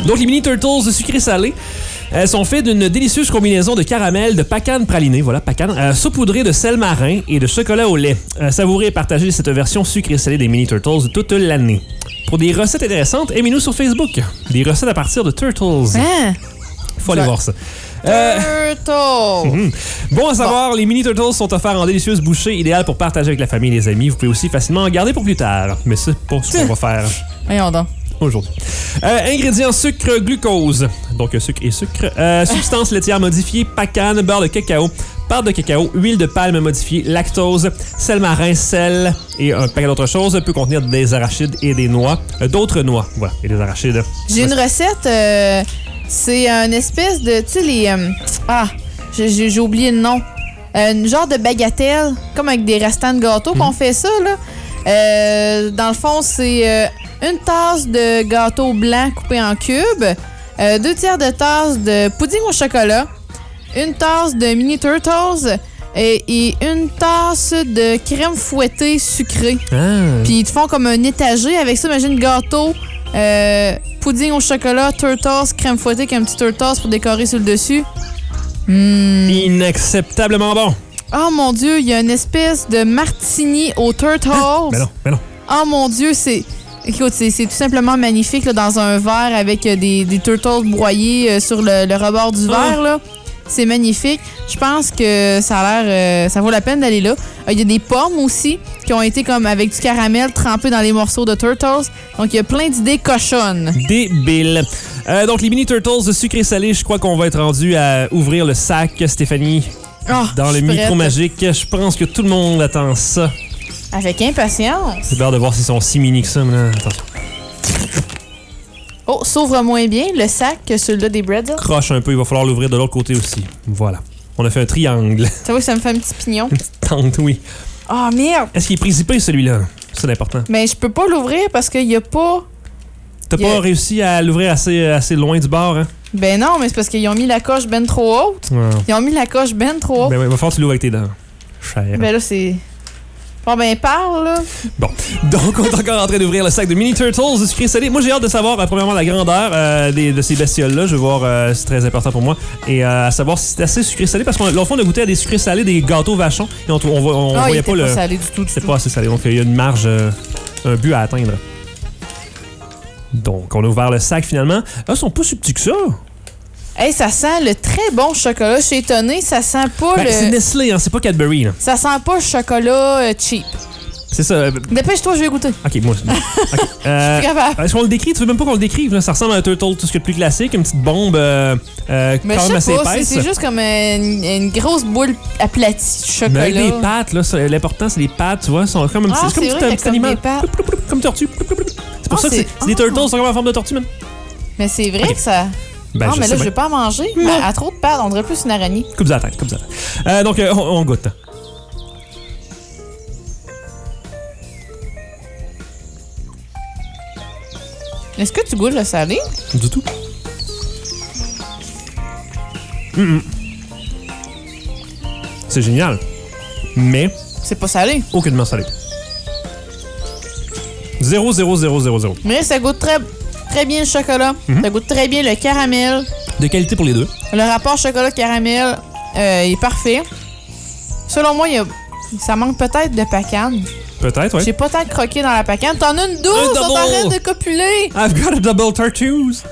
D: Donc, les mini turtles sucré-salé. euh, sont faits d'une délicieuse combinaison de caramel, de pacane praliné, voilà, pacane, euh, saupoudrée de sel marin et de chocolat au lait. Euh, savourez et partagez cette version sucré-salée des mini turtles toute l'année. Pour des recettes intéressantes, aimez-nous sur Facebook. Des recettes à partir de turtles.
A: Hein?
D: Faut aller
A: Ouais.
D: voir ça. Euh. Mhm.
A: Turtle.
D: Bon à savoir, les mini turtles sont offerts en délicieuses bouchées, idéales pour partager avec la famille et les amis. Vous pouvez aussi facilement en garder pour plus tard. Mais c'est pas ce qu'on va faire
A: Voyons donc.
D: aujourd'hui. Euh, ingrédients sucre, glucose. Donc euh, sucre et sucre. Euh, substance laitière modifiée, pacane, beurre de cacao, pâte de cacao, huile de palme modifiée, lactose, sel marin, sel et un paquet d'autres choses. Peut contenir des arachides et des noix. Euh, D'autres noix, voilà, et des arachides.
A: J'ai une recette. euh, c'est une espèce de. Tu sais, les. euh, ah, j'ai- j'ai j'ai oublié le nom. Euh, Une genre de bagatelle, comme avec des restants de gâteau qu'on fait ça, là. Euh, dans le fond, c'est euh, une tasse de gâteau blanc coupé en cubes, euh, deux tiers de tasse de pudding au chocolat, une tasse de mini turtles et, et une tasse de crème fouettée sucrée.
D: Ah.
A: Puis ils te font comme un étagé avec ça. Imagine gâteau, euh, pudding au chocolat, turtles, crème fouettée avec un petit turtles pour décorer sur le dessus. Hmm.
D: Inacceptablement bon.
A: Oh mon Dieu, il y a une espèce de martini au turtles.
D: Mais non, mais non.
A: Oh mon Dieu, c'est. Écoute, c'est c'est tout simplement magnifique là, dans un verre avec euh, des, des turtles broyés euh, sur le, le rebord du
D: Ah.
A: verre. là. C'est magnifique. Je pense que ça a l'air. euh, ça vaut la peine d'aller là. Euh, Il y a des pommes aussi qui ont été comme avec du caramel trempé dans les morceaux de turtles. Donc il y a plein d'idées cochonnes.
D: Débile. Euh, donc, les mini turtles sucré salé, je crois qu'on va être rendu à ouvrir le sac, Stéphanie,
A: Ah,
D: dans
A: je
D: le
A: suis
D: micro
A: prête.
D: magique. Je pense que tout le monde attend ça.
A: Avec impatience.
D: C'est peur de voir s'ils sont si mini que ça. mais là, attention.
A: Oh, s'ouvre moins bien le sac que celui-là des breads.
D: Croche un peu, il va falloir l'ouvrir de l'autre côté aussi. Voilà. On a fait un triangle.
A: Tu vois, ça me fait un petit pignon.
D: Tente, oui.
A: Oh merde!
D: Est-ce qu'il est précipé, celui-là? C'est important.
A: Mais je peux pas l'ouvrir parce qu'il y a pas.
D: T'as
A: Il y a-
D: pas réussi à l'ouvrir assez, assez loin du bord, hein?
A: Ben non, mais c'est parce qu'ils ont mis la coche ben trop haute.
D: Ouais.
A: Ils ont mis la coche ben trop haute.
D: Ben
A: Ben,
D: ouais, va falloir que tu l'ouvres avec tes dents. Cher.
A: là, c'est. Bon, ben, parle, là.
D: Donc, on est encore en train d'ouvrir le sac de Mini Turtles de sucré salé. Moi, j'ai hâte de savoir, euh, premièrement, la grandeur euh, des- de ces bestioles-là. Je veux voir, euh, c'est très important pour moi. Et euh, à savoir si c'est assez sucré salé, parce qu'on l'enfant on a goûté à des sucrés salés, des gâteaux vachons, et on, on,
A: Ah,
D: on- on
A: il
D: voyait
A: était
D: pas le.
A: pas salé du tout, du
D: C'était
A: tout.
D: pas assez salé, donc il y a une marge, euh, un but à atteindre. Donc, on a ouvert le sac finalement. Ah, ils sont pas si petits que ça.
A: Oh, Hey, ça sent le très bon chocolat. Je suis étonnée, ça sent pas
D: Ben, C'est
A: le.
D: Nestlé, hein, c'est pas Cadbury. là.
A: Ça sent pas le chocolat euh, cheap.
D: C'est ça. euh,
A: Dépêche-toi, je vais goûter.
D: Ok, moi. c'est bon. Ok, euh,
A: Je suis capable.
D: Est-ce qu'on le décrit? Tu veux même pas qu'on le décrive? Là? Ça ressemble à un turtle, tout ce que de plus classique, une petite bombe euh, euh,
A: Mais
D: quand même
A: je
D: assez
A: sais pas, c'est-
D: épaisse.
A: c'est juste comme une, une grosse boule aplatie de
D: Mais avec des
A: chocolat.
D: pattes, là, ça- l'important c'est les pattes, tu vois, sont comme un petit,
A: Ah,
D: c'est comme
A: c'est
D: tout
A: vrai qu'il
D: un
A: y a
D: petit
A: comme
D: animal,
A: des pattes.
D: Ploup, ploup, ploup, comme tortue. Ploup, ploup, ploup. C'est pour
A: Ah,
D: ça que
A: c'est-
D: c'est c'est des
A: ah.
D: turtles, sont comme en forme de tortue, man.
A: Mais c'est vrai
D: Ok.
A: que ça.
D: Ben,
A: non,
D: je
A: Ah, mais
D: sais
A: là, je
D: bien.
A: vais pas en manger. Ben, à trop de pâtes, on dirait plus une araignée.
D: Coupe ça la tête, coupe ça la tête. Euh, donc, euh, on, on goûte.
A: Est-ce que tu goûtes le salé?
D: Du tout. Mm, mm. C'est génial. Mais
A: C'est pas salé.
D: aucunement salé. 0, 0, 0, 0, 0.
A: Mais ça goûte très, très bien le chocolat. Ça goûte très bien le caramel.
D: De qualité pour les deux.
A: Le rapport chocolat-caramel euh, est parfait. Selon moi, il y a- ça manque peut-être de pacane.
D: Peut-être, oui.
A: J'ai pas tant croqué dans la pacane. T'en as une douce!
D: Un
A: Ils sont en train
D: double!
A: de copuler!
D: I've got a double tortoise.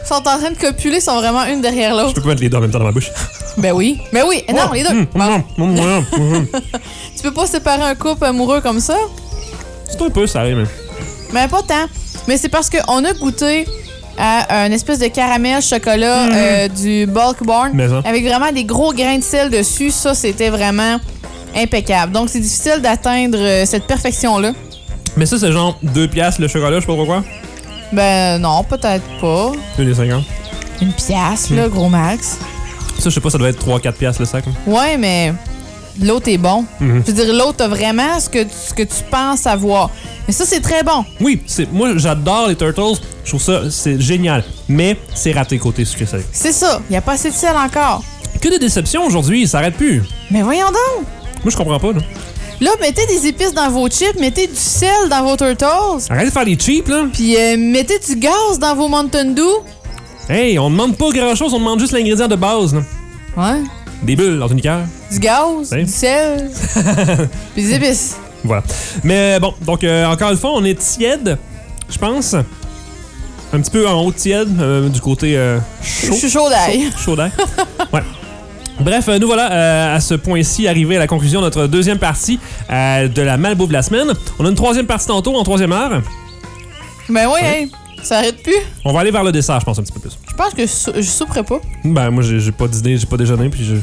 A: Ils sont en train de copuler, ils sont vraiment une derrière
D: Je
A: l'autre.
D: peux pas mettre les deux en même temps dans ma bouche.
A: Ben oui. Ben oui! Non, les deux!
D: Mm, mm, mm, mm, mm, mm.
A: Tu peux pas séparer un couple amoureux comme ça?
D: C'est un peu salé, mais.
A: Mais pas tant. Mais c'est parce qu'on a goûté à un espèce de caramel chocolat euh, du Bulk Barn
D: Mm-hmm. Mais ça.
A: avec vraiment des gros grains de sel dessus. Ça, c'était vraiment impeccable. Donc, c'est difficile d'atteindre euh, cette perfection-là.
D: Mais ça, c'est genre 2 piastres le chocolat, je sais pas pourquoi.
A: Ben non, peut-être pas.
D: 2,50.
A: Une pièce,
D: Mm.
A: là, gros max.
D: Ça, je sais pas, ça doit être 3-4 piastres le sac. hein.
A: Ouais, mais l'autre est bon.
D: Mm-hmm.
A: Je veux dire, l'autre, t'as vraiment ce que, ce que tu penses avoir. Mais ça, c'est très bon.
D: Oui, c'est moi, j'adore les turtles. Je trouve ça, c'est génial. Mais c'est raté côté sucré salé.
A: C'est ça. Il a pas assez de sel encore.
D: Que des déceptions aujourd'hui, ça arrête plus.
A: Mais voyons donc!
D: Moi, je comprends pas, là.
A: Là, mettez des épices dans vos chips, mettez du sel dans vos turtles,
D: Arrêtez de faire les cheap, là.
A: puis euh, mettez du gaz dans vos Mountain Dew.
D: Hey, on demande pas grand chose, on demande juste l'ingrédient de base, là.
A: Ouais.
D: Des bulles dans une cœur.
A: Du gaz,
D: Oui.
A: du sel, puis des épices.
D: Voilà. Mais bon, donc euh, encore une fois, on est tiède, je pense. Un petit peu en haut de tiède, euh, du côté euh,
A: Je
D: chaud.
A: suis chaud d'ail.
D: Chaud d'air. Ouais. Bref, euh, nous voilà euh, à ce point-ci arrivé à la conclusion de notre deuxième partie euh, de la malbouffe de la semaine. On a une troisième partie tantôt, en troisième heure.
A: Ben oui, hey, ça arrête plus.
D: On va aller vers le dessert, je pense, un petit peu plus.
A: Je pense que je, sou- je souperai pas.
D: Ben, moi, j'ai j'ai pas d'idée, j'ai pas déjeuné, puis je.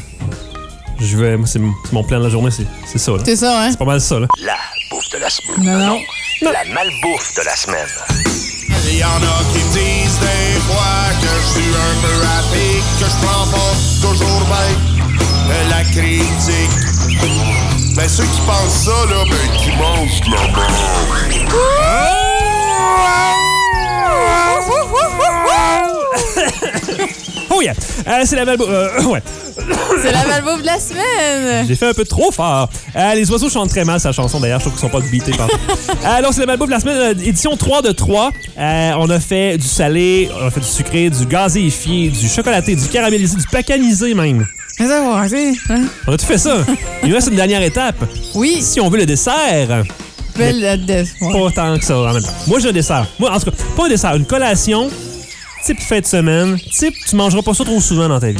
D: Je vais. Moi, c'est mon c'est mon plan de la journée, c'est c'est ça, là.
A: C'est ça, hein?
D: C'est pas mal ça, là.
B: La bouffe de la semaine.
A: Non, non.
B: La malbouffe de la semaine.
C: Il y en a qui me disent des fois que je suis un peu rapide, que je prends pas toujours bien la critique. Mais ceux qui pensent ça, là, ben, qui mangent de la merde.
D: Oh yeah! Euh, c'est la malbouffe. ouais.
A: C'est la valve de la semaine.
D: J'ai fait un peu trop fort. Euh, les oiseaux chantent très mal sa chanson d'ailleurs. Je trouve qu'ils sont pas beatés par euh, Donc, c'est la malbouffe de la semaine, euh, édition 3 de 3. Euh, on a fait du salé, on a fait du sucré, du gazéifié, du chocolaté, du caramélisé, du pacanisé même.
A: Mais ça va, tu sais, hein?
D: On a tout fait ça. Il nous reste une dernière étape.
A: Oui,
D: Si on veut le dessert,
A: belle la def. ouais.
D: pas tant que ça en même temps. Moi, j'ai un dessert. Moi, en tout cas, pas un dessert, une collation. Type fête de semaine, type tu mangeras pas ça trop souvent dans ta vie.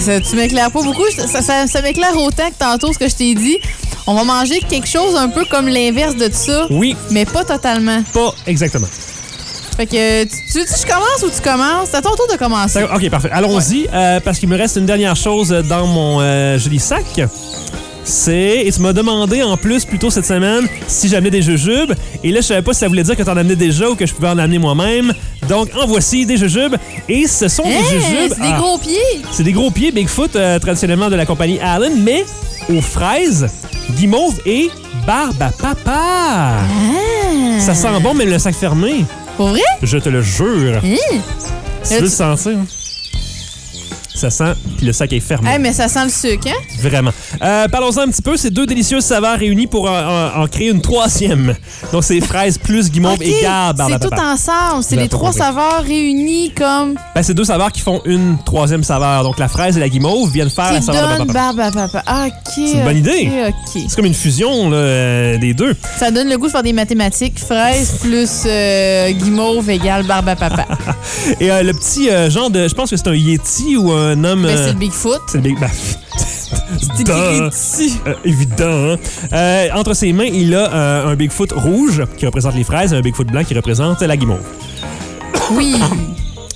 A: Ça, tu m'éclaires pas beaucoup. Ça, ça- ça m'éclaire autant que tantôt ce que je t'ai dit. On va manger quelque chose un peu comme l'inverse de ça,
D: Oui,
A: mais pas totalement.
D: pas exactement.
A: Fait que tu, tu veux que je commence ou tu commences? C'est à ton tour de commencer.
D: D'accord, Ok, parfait. Allons-y, euh, parce qu'il me reste une dernière chose dans mon euh, joli sac. C'est. Et tu m'as demandé en plus, plus tôt cette semaine, si j'amenais des jujubes. Et là, je savais pas si ça voulait dire que t'en amenais déjà ou que je pouvais en amener moi-même. Donc, en voici des jujubes. Et ce sont
A: Hein,
D: des jujubes.
A: c'est des
D: Ah,
A: gros pieds.
D: c'est des gros pieds Bigfoot, euh, traditionnellement de la compagnie Allen, mais aux fraises, guimauve et barbe à papa.
A: Ah.
D: Ça sent bon, même le sac fermé.
A: Pour vrai?
D: Je te le jure.
A: Hein?
D: Si tu veux le sentir, hein? ça sent, puis le sac est fermé.
A: Hey, mais ça sent le sucre, hein?
D: Vraiment. Euh, Parlons-en un petit peu. C'est deux délicieuses saveurs réunies pour en, en- en créer une troisième. Donc, c'est fraises plus guimauve
A: Ok,
D: et garde.
A: c'est tout ensemble. C'est
D: Vous
A: les
D: avez pas
A: trois
D: compris.
A: saveurs réunies comme
D: ben, C'est deux saveurs qui font une troisième saveur. Donc, la fraise et la guimauve viennent faire la
A: qui
D: saveur de
A: donne
D: papa.
A: barbe à papa. Ah, ok. C'est
D: une bonne idée.
A: Ok,
D: C'est comme une fusion là, euh, des deux.
A: Ça donne le goût de faire des mathématiques. Fraise plus euh, guimauve égale barbe à papa. Ah,
D: Et euh, le petit euh, genre de. Je pense que c'est un Yeti ou un homme.
A: Mais
D: euh,
A: Ben, c'est le Bigfoot.
D: c'est le Big Bang.
A: C'est écrit dessus.
D: Euh, évident. hein? Euh, entre ses mains, il a euh, un Bigfoot rouge qui représente les fraises et un Bigfoot blanc qui représente la guimauve.
A: Oui.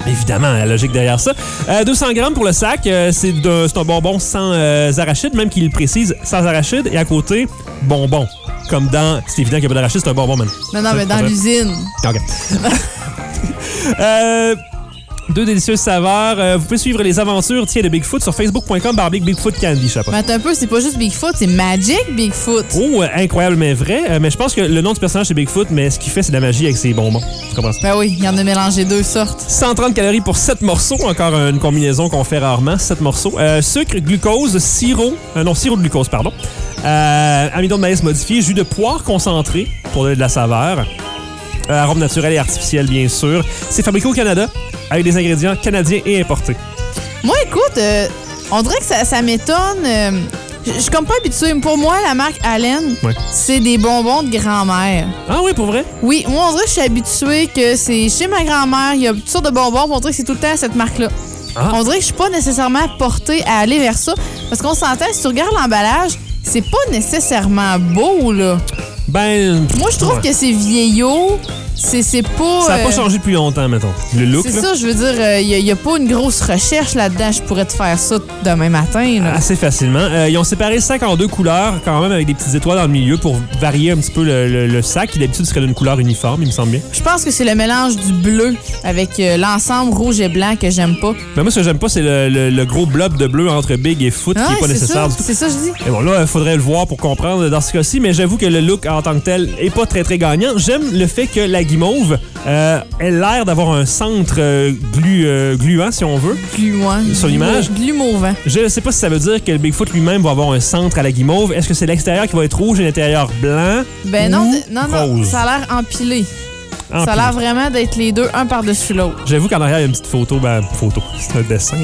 D: Évidemment, la logique derrière ça. Euh, 200 grammes pour le sac, euh, c'est d'un- c'est un bonbon sans euh, arachide, même qu'il précise sans arachide, et à côté, bonbon. Comme dans. C'est évident qu'il n'y a pas d'arachide, c'est un bonbon, man.
A: Non, non, mais dans l'usine.
D: OK. Euh, Deux délicieuses saveurs. Euh, vous pouvez suivre les aventures tiens, de Bigfoot sur facebook.com par Bigfoot Candy, je sais pas.
A: Mais attends un peu, c'est pas juste Bigfoot, c'est Magic Bigfoot.
D: Oh, euh, incroyable mais vrai. Euh, mais je pense que le nom du personnage c'est Bigfoot, mais ce qu'il fait c'est de la magie avec ses bonbons. Tu comprends ça?
A: Ben oui, il y en a mélangé deux sortes.
D: 130 calories pour 7 morceaux, encore une combinaison qu'on fait rarement, 7 morceaux. Euh, sucre, glucose, sirop, euh, non, sirop de glucose, pardon. Euh, amidon de maïs modifié, jus de poire concentré pour donner de la saveur. Euh, arôme naturel et artificiel, bien sûr. C'est fabriqué au Canada avec des ingrédients canadiens et importés.
A: Moi, écoute, euh, on dirait que ça, ça m'étonne. euh, je je suis comme pas habituée. Pour moi, la marque Allen,
D: Ouais.
A: c'est des bonbons de grand-mère.
D: Ah oui, pour vrai?
A: Oui, moi, on dirait que je suis habituée que c'est chez ma grand-mère, il y a toutes sortes de bonbons, puis on dirait que c'est tout le temps cette marque-là.
D: Ah.
A: On dirait que je suis pas nécessairement portée à aller vers ça. Parce qu'on s'entend, si tu regardes l'emballage, c'est pas nécessairement beau, là.
D: Ben.
A: Moi, je trouve
D: ouais.
A: que c'est vieillot. C'est c'est pas.
D: Ça n'a
A: euh,
D: pas changé depuis longtemps, mettons. Le look,
A: C'est
D: là,
A: ça, je veux dire, il n'y a, pas une grosse recherche là-dedans. Je pourrais te faire ça demain matin. là.
D: Assez facilement. Euh, ils ont séparé le sac en deux couleurs, quand même, avec des petites étoiles dans le milieu pour varier un petit peu le, le- le sac, qui d'habitude serait d'une couleur uniforme, il me semble bien.
A: Je pense que c'est le mélange du bleu avec euh, l'ensemble rouge et blanc que j'aime pas.
D: Mais moi, ce que j'aime pas, c'est le, le- le gros blob de bleu entre Big et Foot, qui
A: Ah,
D: est pas
A: c'est
D: nécessaire
A: ça,
D: du tout.
A: c'est ça, je dis.
D: Mais bon, là, il faudrait le voir pour comprendre dans ce cas-ci, mais j'avoue que le look en tant que tel est pas très, très gagnant. J'aime le fait que la guimauve, euh, elle a l'air d'avoir un centre euh, glu- euh, gluant, si on veut.
A: Gluant.
D: Sur l'image?
A: Glu mauvais.
D: Je ne sais pas si ça veut dire que le Bigfoot lui-même va avoir un centre à la guimauve. Est-ce que c'est l'extérieur qui va être rouge et l'intérieur blanc?
A: Ben non,
D: Ou
A: d- non, non,
D: rose.
A: ça a l'air empilé.
D: En
A: Ça a l'air vraiment d'être les deux, un par-dessus l'autre.
D: J'avoue qu'en arrière, il y a une petite photo. Ben, photo, c'est un dessin.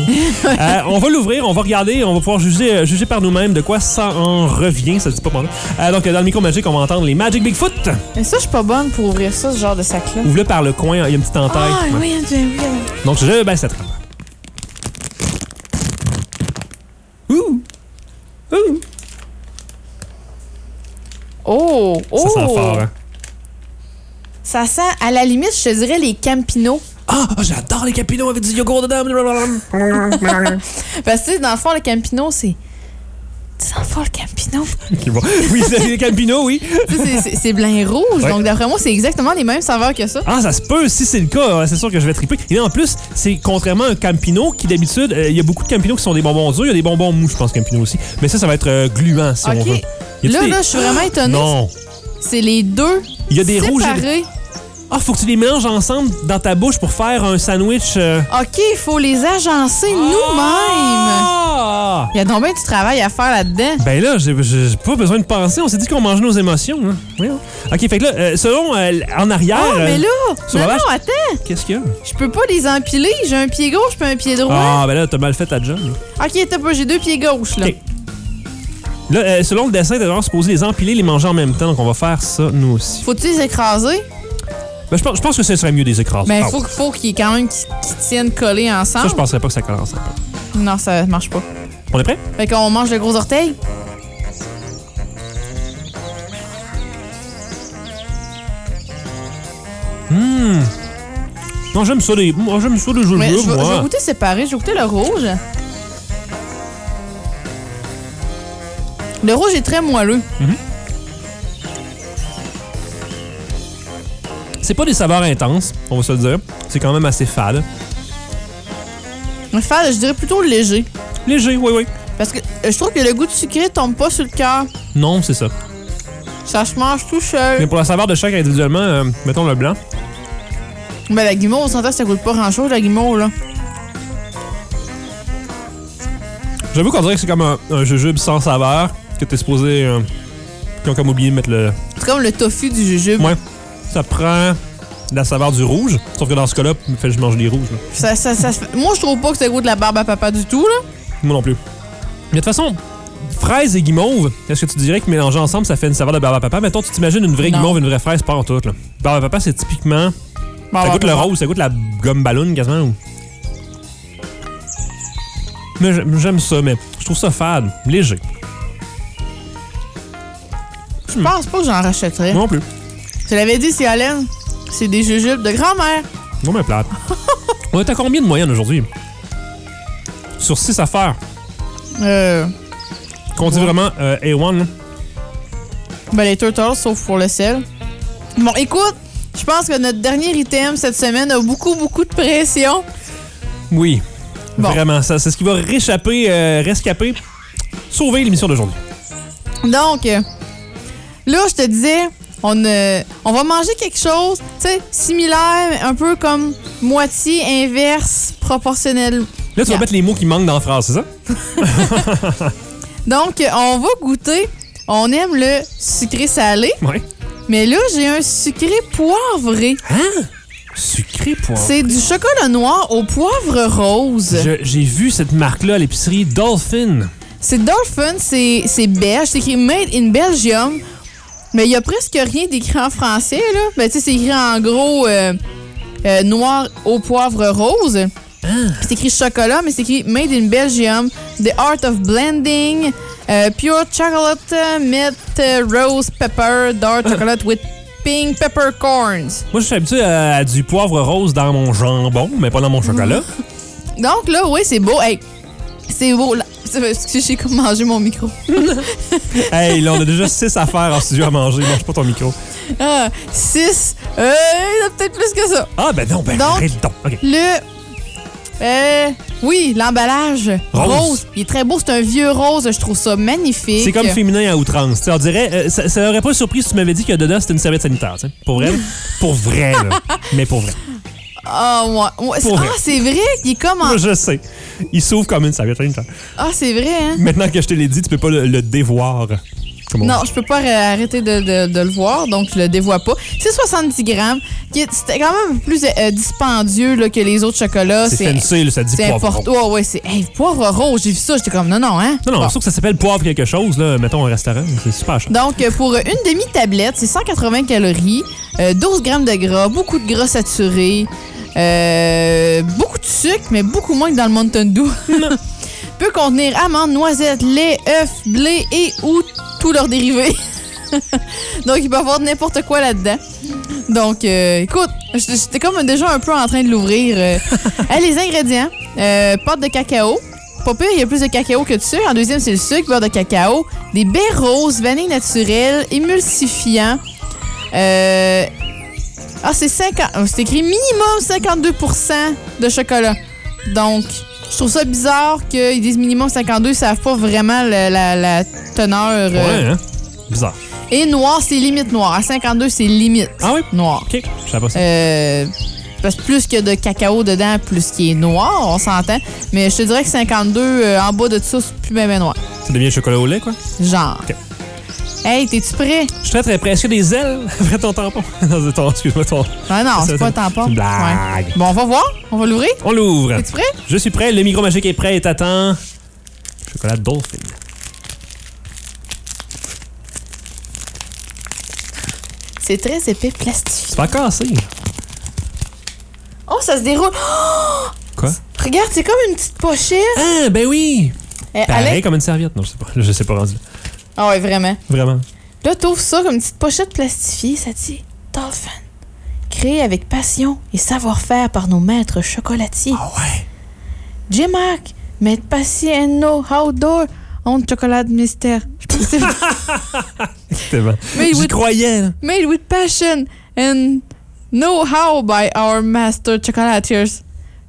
D: Euh, on va l'ouvrir, on va regarder, on va pouvoir juger, euh, juger par nous-mêmes de quoi ça en revient. Ça se dit pas pendant. Euh, donc, euh, dans le micro magique, on va entendre les Magic Bigfoot.
A: Mais ça, je suis pas bonne pour ouvrir ça, ce genre de sac-là.
D: Ouvre-le par le coin, il y a une petite entaille.
A: Ah
D: Ouais.
A: oui, oui, oui.
D: Donc, je ben, baisse la trappe. Ouh! Ouh!
A: Oh, oh.
D: Ça sent fort, hein?
A: Ça sent, à la limite, je te dirais les Campinos.
D: Ah, ah, j'adore les capinots avec du yogourt dedans. blablabla.
A: Parce que, tu sais, dans le fond, le Campino, c'est. Tu sais, Dans le fond, le Campino,
D: Ok, bon. Oui, c'est les capinots, oui.
A: tu sais, c'est- c'est c'est blanc et rouge.
D: Ouais.
A: Donc, d'après moi, c'est exactement les mêmes saveurs que ça.
D: Ah, ça se peut. Si c'est le cas, euh, c'est sûr que je vais triper. Et là, en plus, c'est contrairement à un Campino qui, d'habitude, euh, il y a beaucoup de Campinos qui sont des bonbons durs. Il y a des bonbons mous, je pense, Campino aussi. Mais ça, ça va être euh, gluant, si on
A: OK.
D: veut. Y a-t-il
A: Là,
D: des-
A: là, je suis vraiment étonnée.
D: Non.
A: C'est les deux
D: Il y a des rouges. et des-
A: séparés.
D: Ah, faut que tu les mélanges ensemble dans ta bouche pour faire un sandwich. euh,
A: OK, il faut les agencer nous-mêmes.
D: Ah!
A: Il y a donc bien du travail à faire là-dedans.
D: Ben là, j'ai j'ai- j'ai pas besoin de penser. On s'est dit qu'on mangeait nos émotions. Hein. Voyons. OK, fait que là, euh, selon euh, l- en arrière.
A: Ah, mais là,
D: sur
A: non,
D: la vache?
A: non, attends,
D: euh, Qu'est-ce qu'il y a?
A: je peux pas les empiler. J'ai un pied gauche puis un pied droit.
D: Ah, ben là, t'as mal fait ta job. là.
A: OK, t'as pas, j'ai deux pieds gauches, là.
D: Ah. OK. Là, euh, selon le dessin, t'es vraiment supposé les empiler, les manger en même temps. Donc, on va faire ça, nous aussi.
A: Faut-tu les écraser?
D: Ben, je pense, je pense que ce serait mieux des écrases.
A: Ben,
D: Ah,
A: faut, faut qu'ils quand même qu'ils qu'ils tiennent collés
D: Ça,
A: ensemble.
D: je penserais pas que ça commence.
A: Non, ça marche pas.
D: On est prêt?
A: Fait qu'on mange le gros orteil.
D: Non, j'aime ça, les... moi, j'aime ça, les jeux
A: Mais
D: de
A: je vais- je vais
D: moi.
A: goûter séparé. Je vais goûter le rouge. Le rouge est très moelleux.
D: C'est pas des saveurs intenses, on va se le dire. C'est quand même assez fade.
A: Le fade, je dirais plutôt léger.
D: Léger, oui, oui.
A: Parce que euh, je trouve que le goût de sucré tombe pas sur le cœur.
D: Non, c'est ça.
A: Ça se mange tout
D: Mais
A: seul.
D: pour la saveur de chaque individuellement, euh, mettons le blanc.
A: Mais la guimauve, on s'entend que ça goûte pas grand chose, la guimauve, là.
D: J'avoue qu'on dirait que c'est comme un, un jujube sans saveur que t'es supposé. euh, qu'ils ont comme oublié de mettre le.
A: C'est comme le tofu du jujube.
D: Ouais. Ça prend la saveur du rouge. Sauf que dans ce cas-là, fait, je mange des rouges. là.
A: Ça, ça- ça se fait- Moi, je trouve pas que ça goûte la barbe à papa du tout, là.
D: Moi non plus. Mais de toute façon, fraise et guimauve, est-ce que tu dirais que mélangés ensemble, ça fait une saveur de barbe à papa? Mettons, tu t'imagines une vraie
A: Non.
D: guimauve, une vraie fraise, pas en tout. Là. Barbe à papa, c'est typiquement. Ça
A: Barbe à
D: goûte le
A: papa.
D: rose, ça goûte la gomme ballon quasiment. ou- Mais j'a- j'aime ça, mais je trouve ça fade, léger.
A: Je pense pas que j'en rachèterais.
D: Moi non plus.
A: Je l'avais dit, c'est Hélène. C'est des jujubes de grand-mère.
D: Non, mais plate. On est à combien de moyenne aujourd'hui? Sur 6 affaires.
A: Euh,
D: Qu'on dit vraiment euh, A1. là.
A: ben, les turtles, sauf pour le sel. Bon, écoute, je pense que notre dernier item cette semaine a beaucoup, beaucoup de pression.
D: Oui.
A: Bon.
D: Vraiment, ça, c'est ce qui va réchapper, euh, rescaper, sauver l'émission d'aujourd'hui.
A: Donc, euh, là, je te disais, on, euh, on va manger quelque chose, tu sais, similaire, un peu comme moitié inverse, proportionnel.
D: Là, tu vas
A: Yeah.
D: mettre les mots qui manquent dans la phrase, c'est ça?
A: Donc, euh, on va goûter. On aime le sucré salé,
D: Ouais.
A: mais là, j'ai un sucré poivré.
D: Sucré poivre.
A: C'est du chocolat noir au poivre rose.
D: Je- J'ai vu cette marque-là à l'épicerie Dolphin.
A: C'est Dolphin, c'est c'est belge. C'est écrit Made in Belgium. Mais il y a presque rien d'écrit en français, là. Ben, tu sais, c'est écrit en gros euh, euh, noir au poivre rose. Puis C'est écrit chocolat, mais c'est écrit Made in Belgium, The Art of Blending, euh, Pure Chocolate, euh, Mint, euh, Rose Pepper, Dark Chocolate with Pink Peppercorns.
D: Moi, je suis habitué à, à du poivre rose dans mon jambon, mais pas dans mon chocolat.
A: Donc là, oui, c'est beau. Hey, c'est beau. là. Excusez, j'ai comme mangé mon micro.
D: hey, là, on a déjà 6 affaires en studio à manger. Mange pas ton micro.
A: Ah, 6. Euh, il y en a peut-être plus que ça.
D: Ah, ben non, ben
A: Donc-
D: arrête donc. OK.
A: Le. Euh, oui, l'emballage.
D: Rose.
A: Il est très beau. C'est un vieux rose. Je trouve ça magnifique.
D: C'est comme féminin à outrance. Tu sais, on dirait, euh, ça, ça aurait pas surpris si tu m'avais dit que dedans c'était une serviette sanitaire. tu sais. Pour vrai, pour vrai, là. mais pour vrai.
A: Ah, ouais. Ouais, c'est-
D: Pour
A: ah,
D: vrai.
A: c'est vrai qu'il est comme en-
D: Moi, je sais. Il s'ouvre comme une serviette sanitaire.
A: Ah, c'est vrai, hein?
D: Maintenant que je te l'ai dit, tu peux pas le, le dévoir. Comme on
A: Non,
D: dit.
A: je peux pas euh, arrêter de, de- de le voir, donc je le dévoie pas. C'est 70 grammes. qui est- C'était quand même plus euh, dispendieux là, que les autres chocolats.
D: C'est fancy, là, ça dit
A: C'est
D: poivre.
A: important. Ouais, ouais, c'est. Hey, poivre rose, j'ai vu ça, j'étais comme non, non, hein?
D: Non, non,
A: Bon.
D: sauf que ça s'appelle poivre quelque chose, là, mettons un restaurant. C'est super cher.
A: Donc, euh, pour euh, une demi-tablette, c'est 180 calories, euh, 12 grammes de gras, beaucoup de gras saturé, euh, beaucoup de sucre, mais beaucoup moins que dans le Mountain Dew. Peut contenir amandes, noisettes, lait, œufs, blé et ou tous leurs dérivés. Donc, il peut avoir n'importe quoi là-dedans. Donc, euh, écoute, j- j'étais comme déjà un peu en train de l'ouvrir. euh. Ah, les ingrédients, euh, pâte de cacao. Pas pire, il y a plus de cacao que de sucre. En deuxième, c'est le sucre, beurre de cacao, des baies roses, vanille naturelle, émulsifiant. Euh, Ah, c'est 50... oh, c'est écrit minimum 52 de chocolat. Donc, je trouve ça bizarre qu'ils disent minimum 52, ils savent pas vraiment la, la- la teneur. euh,
D: hein. Ouais, hein? Bizarre.
A: Et noir, c'est limite noir. À 52, c'est limite
D: Ah oui?
A: noir.
D: OK. Je savais pas ça.
A: Euh, parce que plus que de cacao dedans, plus qui est noir, on s'entend. Mais je te dirais que 52, euh, en bas de tout ça, c'est plus même noir.
D: Ça devient chocolat au lait, quoi.
A: Genre.
D: Ok.
A: Hey, t'es-tu prêt?
D: Je suis très, très près. Est-ce que des ailes après ton tampon? non, c'est ton, excuse-moi, ton...
A: Non, Ah non,
D: Ça,
A: c'est pas
D: ça-
A: tant pas.
D: c'est une blague.
A: Bon, on va voir. On va l'ouvrir.
D: On l'ouvre.
A: T'es-tu prêt?
D: Je suis prêt. Le micro magique est prêt et t'attends. Chocolat Dolphin.
A: C'est très épais, plastifié.
D: C'est pas cassé.
A: Oh, ça se déroule. Oh!
D: Quoi?
A: Regarde, c'est comme une petite pochette.
D: Ah, ben oui!
A: Eh,
D: Pareil
A: Alex-
D: comme une serviette. Non, je sais pas. Je sais pas rendu. là.
A: Ah ouais, vraiment.
D: Vraiment.
A: Là, t'ouvres ça comme une petite pochette plastifiée, ça dit Dolphin. Créé avec passion et savoir-faire par nos maîtres chocolatiers.
D: ouais.
A: J-Marc, maître Passiano, outdoor, on chocolat mystère. Je pense que
D: Exactement.
A: Mais
D: J'y
A: oui.
D: croyais, là.
A: c'est- Made with passion and know-how by our master chocolatiers.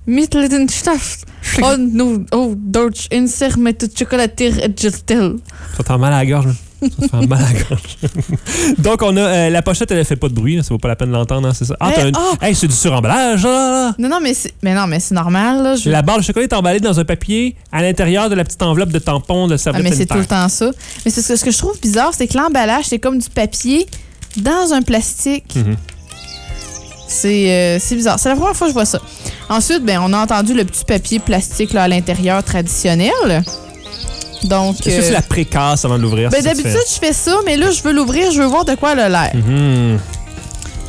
A: Mit den Stoff on nous, oh, Deutsch, insert mit chocolatier et gestel.
D: Ça te fait mal à la gorge. là. Ça te fait mal à la gorge. Donc, on a euh, la pochette, elle fait pas de bruit. là. Ça vaut pas la peine de l'entendre, hein, c'est ça? Ah,
A: Eh,
D: t'as une...
A: oh!
D: Hey, c'est du suremballage. là, là, là.
A: Non, non, mais c'est, mais non, mais c'est normal, là. Je...
D: La barre de chocolat est emballée dans un papier à l'intérieur de la petite enveloppe de tampon de
A: Ah,
D: serviette
A: mais c'est tout
D: sanitaire.
A: le temps ça. Mais c'est ce, que, ce que je trouve bizarre, c'est que l'emballage, c'est comme du papier dans un plastique.
D: Mhm.
A: C'est euh, c'est bizarre. C'est la première fois que je vois ça. Ensuite, ben, on a entendu le petit papier plastique là, à l'intérieur traditionnel. Donc,
D: Est-ce que
A: euh,
D: c'est la précasse avant de l'ouvrir?
A: ben,
D: c'est ça que tu
A: d'habitude, je fais ça, mais là, je veux l'ouvrir, je veux voir de quoi elle a l'air.
D: fais? Mhm.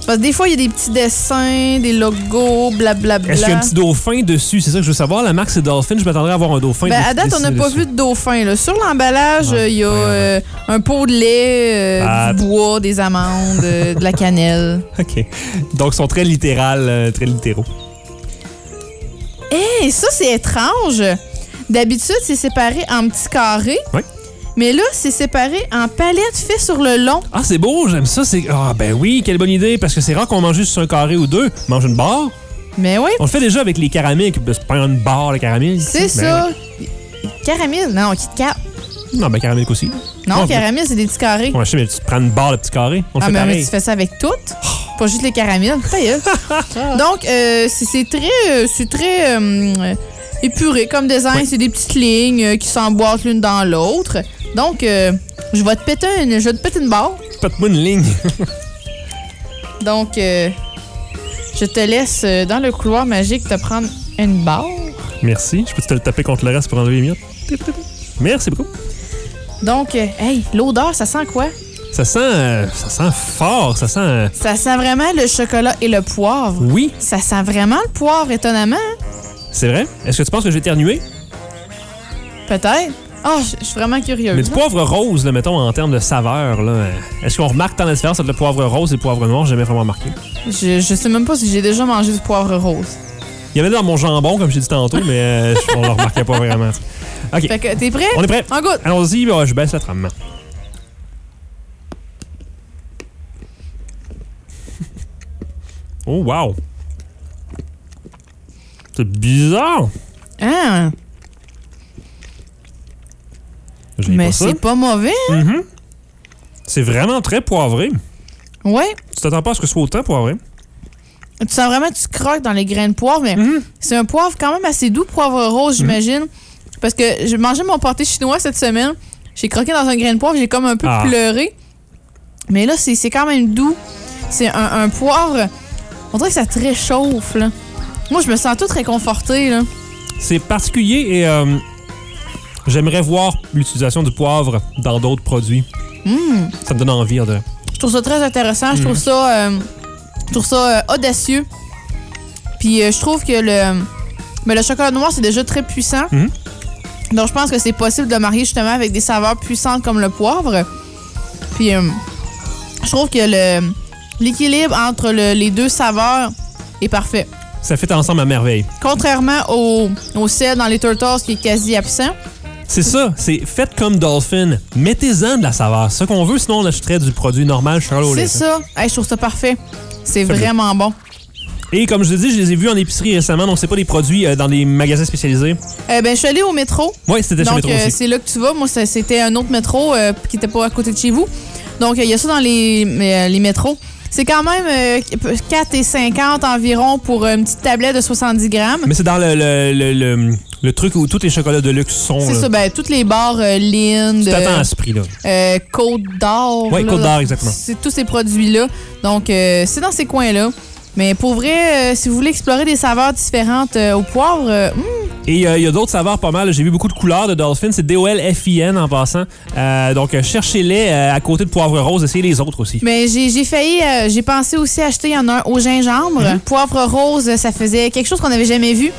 A: Parce que des fois, il y a des petits dessins, des logos, blablabla.
D: Est-ce qu'il y a un petit dauphin dessus? C'est ça que je veux savoir. La marque, c'est Dolphin. Je m'attendrais à avoir un dauphin.
A: Ben,
D: dess-
A: à date, on n'a
D: dessiné
A: pas
D: dessus.
A: vu de dauphin. là. Sur l'emballage,
D: Ouais,
A: euh, il y a
D: Ah, ouais, ouais.
A: euh, un pot de lait, euh,
D: Ah.
A: du bois, des amandes, euh, de la cannelle.
D: OK. Donc, ils sont très littérales, euh, très littéraux.
A: Et ça, c'est étrange. D'habitude, c'est séparé en petits carrés.
D: Oui.
A: Mais là, c'est séparé en palettes faites sur le long.
D: Ah, c'est beau, j'aime ça. C'est Ah, ben oui, quelle bonne idée, parce que c'est rare qu'on mange juste un carré ou deux. On mange une barre.
A: Mais oui,
D: On le fait déjà avec les caramels. qui- C'est pas une barre, le caramel.
A: c'est ça. Caramel, non, Kit Kat.
D: Non, ben caramel aussi.
A: Non,
D: Oh,
A: caramel, c'est des petits carrés.
D: Ouais, je sais, mais tu prends une barre, le petit carré. On le
A: Ah,
D: fait
A: mais, mais
D: pareil.
A: tu fais ça avec toutes, pas juste les caramels. Ta gueule. Donc, euh, c'est c'est très, euh, c'est très euh, euh, épuré comme design.
D: Ouais.
A: C'est des petites lignes euh, qui s'emboîtent l'une dans l'autre. Donc, euh, je vais te péter une, je vais te péter une barre.
D: Pète-moi une ligne.
A: Donc, euh, je te laisse euh, dans le couloir magique te prendre une barre.
D: Merci. Je peux te le taper contre le reste pour enlever les miettes? Merci beaucoup.
A: Donc, euh, hey, l'odeur, ça sent quoi?
D: Ça sent, euh, ça sent fort. Ça sent. euh,
A: Ça sent vraiment le chocolat et le poivre.
D: Oui,
A: Ça sent vraiment le poivre, étonnamment. hein?
D: c'est vrai. Est-ce que tu penses que je vais éternuer?
A: Peut-être. Ah, je- je suis vraiment curieuse.
D: Mais du poivre rose, là, mettons, en termes de saveur, là, euh, est-ce qu'on remarque tant la différence entre le poivre rose et le poivre noir? J'ai jamais vraiment remarqué.
A: Je, je sais même pas si j'ai déjà mangé du poivre rose.
D: Il y en avait dans mon jambon, comme j'ai dit tantôt, mais euh, je- on ne le remarquait pas vraiment. OK,
A: Fait que t'es prêt?
D: on est prêt.
A: En goûte.
D: Allons-y, ben, ouais, je baisse la trame. Oh, wow! C'est bizarre!
A: Ah,
D: J'ai
A: mais
D: pas ça.
A: c'est pas mauvais. hein?
D: Mhm. C'est vraiment très poivré.
A: Ouais.
D: Tu t'attends pas à ce que ce soit autant poivré.
A: Tu sens vraiment, tu croques dans les grains de poivre, mais
D: Mhm.
A: c'est un poivre quand même assez doux, poivre
D: Mm-hmm.
A: rose, j'imagine. Parce que j'ai mangé mon pâté chinois cette semaine. J'ai croqué dans un grain de poivre, j'ai comme un peu
D: Ah.
A: pleuré. Mais là, c'est c'est quand même doux. C'est un, un poivre. On dirait que ça te réchauffe, là. Moi, je me sens toute réconfortée, là.
D: C'est particulier et euh, j'aimerais voir l'utilisation du poivre dans d'autres produits.
A: Mm.
D: Ça me donne envie. De...
A: Je trouve ça très intéressant. Je trouve
D: Mhm.
A: ça, euh, je trouve ça euh, audacieux. Puis euh, je trouve que le, mais le chocolat noir, c'est déjà très puissant.
D: Mhm.
A: Donc je pense que c'est possible de marier justement avec des saveurs puissantes comme le poivre. Puis euh, je trouve que le l'équilibre entre le- les deux saveurs est parfait.
D: Ça fait ensemble à merveille.
A: Contrairement au, au sel dans les turtles qui est quasi absent.
D: C'est ça, c'est faites comme Dolphin. Mettez-en de la saveur, ce qu'on veut, sinon on achèterait du produit normal Charles au lait.
A: C'est ça. Hey, je trouve ça parfait. C'est
D: Oh, Fabuleux.
A: vraiment bon.
D: Et comme je vous ai dit, je les ai vus en épicerie récemment, donc c'est pas des produits euh, dans des magasins spécialisés.
A: Eh ben, je suis allée au métro.
D: Ouais, c'était chez
A: Donc,
D: Métro
A: euh,
D: aussi.
A: c'est là que tu vas. Moi, ça- c'était un autre métro euh, qui n'était pas à côté de chez vous. Donc, euh, il y a ça dans les, euh, les métros. C'est quand même euh, 4,50 environ pour euh, une petite tablette de 70 grammes.
D: Mais c'est dans le, le, le, le, le truc où tous les chocolats de luxe sont.
A: C'est
D: là.
A: ça, ben, toutes les barres euh, Lind,
D: Tu t'attends
A: euh,
D: à ce prix-là.
A: euh, Côte d'Or.
D: Ouais,
A: là,
D: Côte d'Or, exactement.
A: C'est tous ces produits-là. Donc, euh, c'est dans ces coins-là. Mais pour vrai, euh, si vous voulez explorer des saveurs différentes euh, au poivre, euh, hum,
D: Et euh, il y a d'autres saveurs pas mal. J'ai vu beaucoup de couleurs de Dolphin. C'est D-O-L-F-I-N en passant. Euh, donc, euh, cherchez-les euh, à côté de Poivre Rose. Essayez les autres aussi.
A: mais j'ai j'ai failli, euh, j'ai pensé aussi acheter en un au gingembre.
D: Mhm.
A: Poivre rose, euh, ça faisait quelque chose qu'on n'avait jamais vu.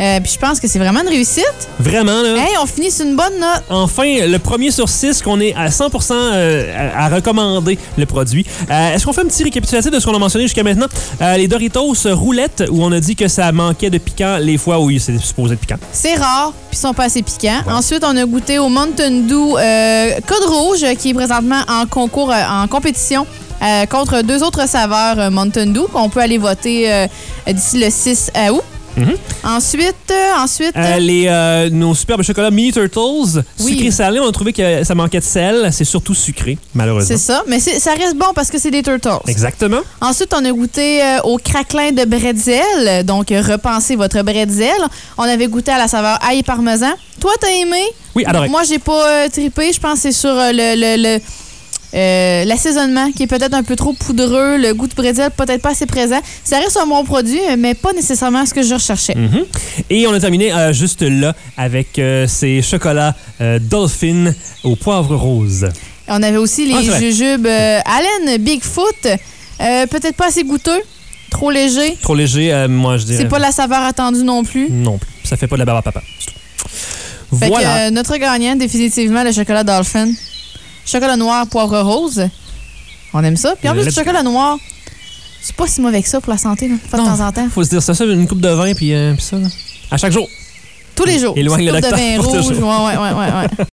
A: Euh, Puis je pense que c'est vraiment une réussite.
D: Vraiment, là.
A: Hey, on finit sur une bonne note.
D: Enfin, le premier sur six qu'on est à 100% euh, à à recommander le produit. Euh, Est-ce qu'on fait un petit récapitulatif de ce qu'on a mentionné jusqu'à maintenant? Euh, les Doritos roulettes, où on a dit que ça manquait de piquant les fois où c'est supposé être piquant.
A: C'est rare, puis ils sont pas assez piquants. Ensuite, on a goûté au Mountain Dew euh, Code Rouge, euh, qui est présentement en concours, euh, en compétition euh, contre deux autres saveurs euh, Mountain Dew qu'on peut aller voter euh, d'ici le 6 août.
D: Mhm.
A: Ensuite, euh, ensuite,
D: Euh, les, euh, nos superbes chocolats Mini Turtles,
A: Oui.
D: sucré salé, on a trouvé que ça manquait de sel. C'est surtout sucré, malheureusement.
A: c'est ça. Mais c'est- ça reste bon parce que c'est des turtles.
D: Exactement.
A: Ensuite, on a goûté euh, au craquelin de bretzel. Donc, euh, repensez votre bretzel. On avait goûté à la saveur ail et parmesan. Toi, t'as aimé?
D: Oui, adoré.
A: Moi, j'ai pas euh, trippé. Je pense que c'est sur euh, le... le- le- euh, L'assaisonnement qui est peut-être un peu trop poudreux, le goût de bretzel peut-être pas assez présent. Ça reste un bon produit, mais pas nécessairement ce que je recherchais.
D: Mhm. Et on a terminé euh, juste là avec euh, ces chocolats euh, Dolphin au poivre rose.
A: On avait aussi les
D: Ah, c'est vrai.
A: jujubes euh, Allen, Bigfoot, Euh, peut-être pas assez goûteux, trop léger.
D: Trop léger, euh, moi je dirais.
A: C'est pas la saveur attendue non plus.
D: Non plus. Ça fait pas de la barbe à papa. C'est tout.
A: Fait
D: voilà.
A: que euh, notre gagnant, définitivement, le chocolat Dolphin. Chocolat noir, poivre rose. On aime ça. Puis en plus,
D: Euh, Le-
A: le chocolat noir, c'est pas si mauvais que ça pour la santé, là. Pas de
D: Non.
A: temps en temps.
D: Faut se dire ça, ça, une coupe de vin, puis, euh, puis ça. là. À chaque jour.
A: Tous les jours.
D: Éloigne
A: Petite
D: le
A: coupe de
D: docteur
A: vin
D: pour
A: rouge.
D: toujours.
A: Ouais, ouais, ouais, ouais, ouais.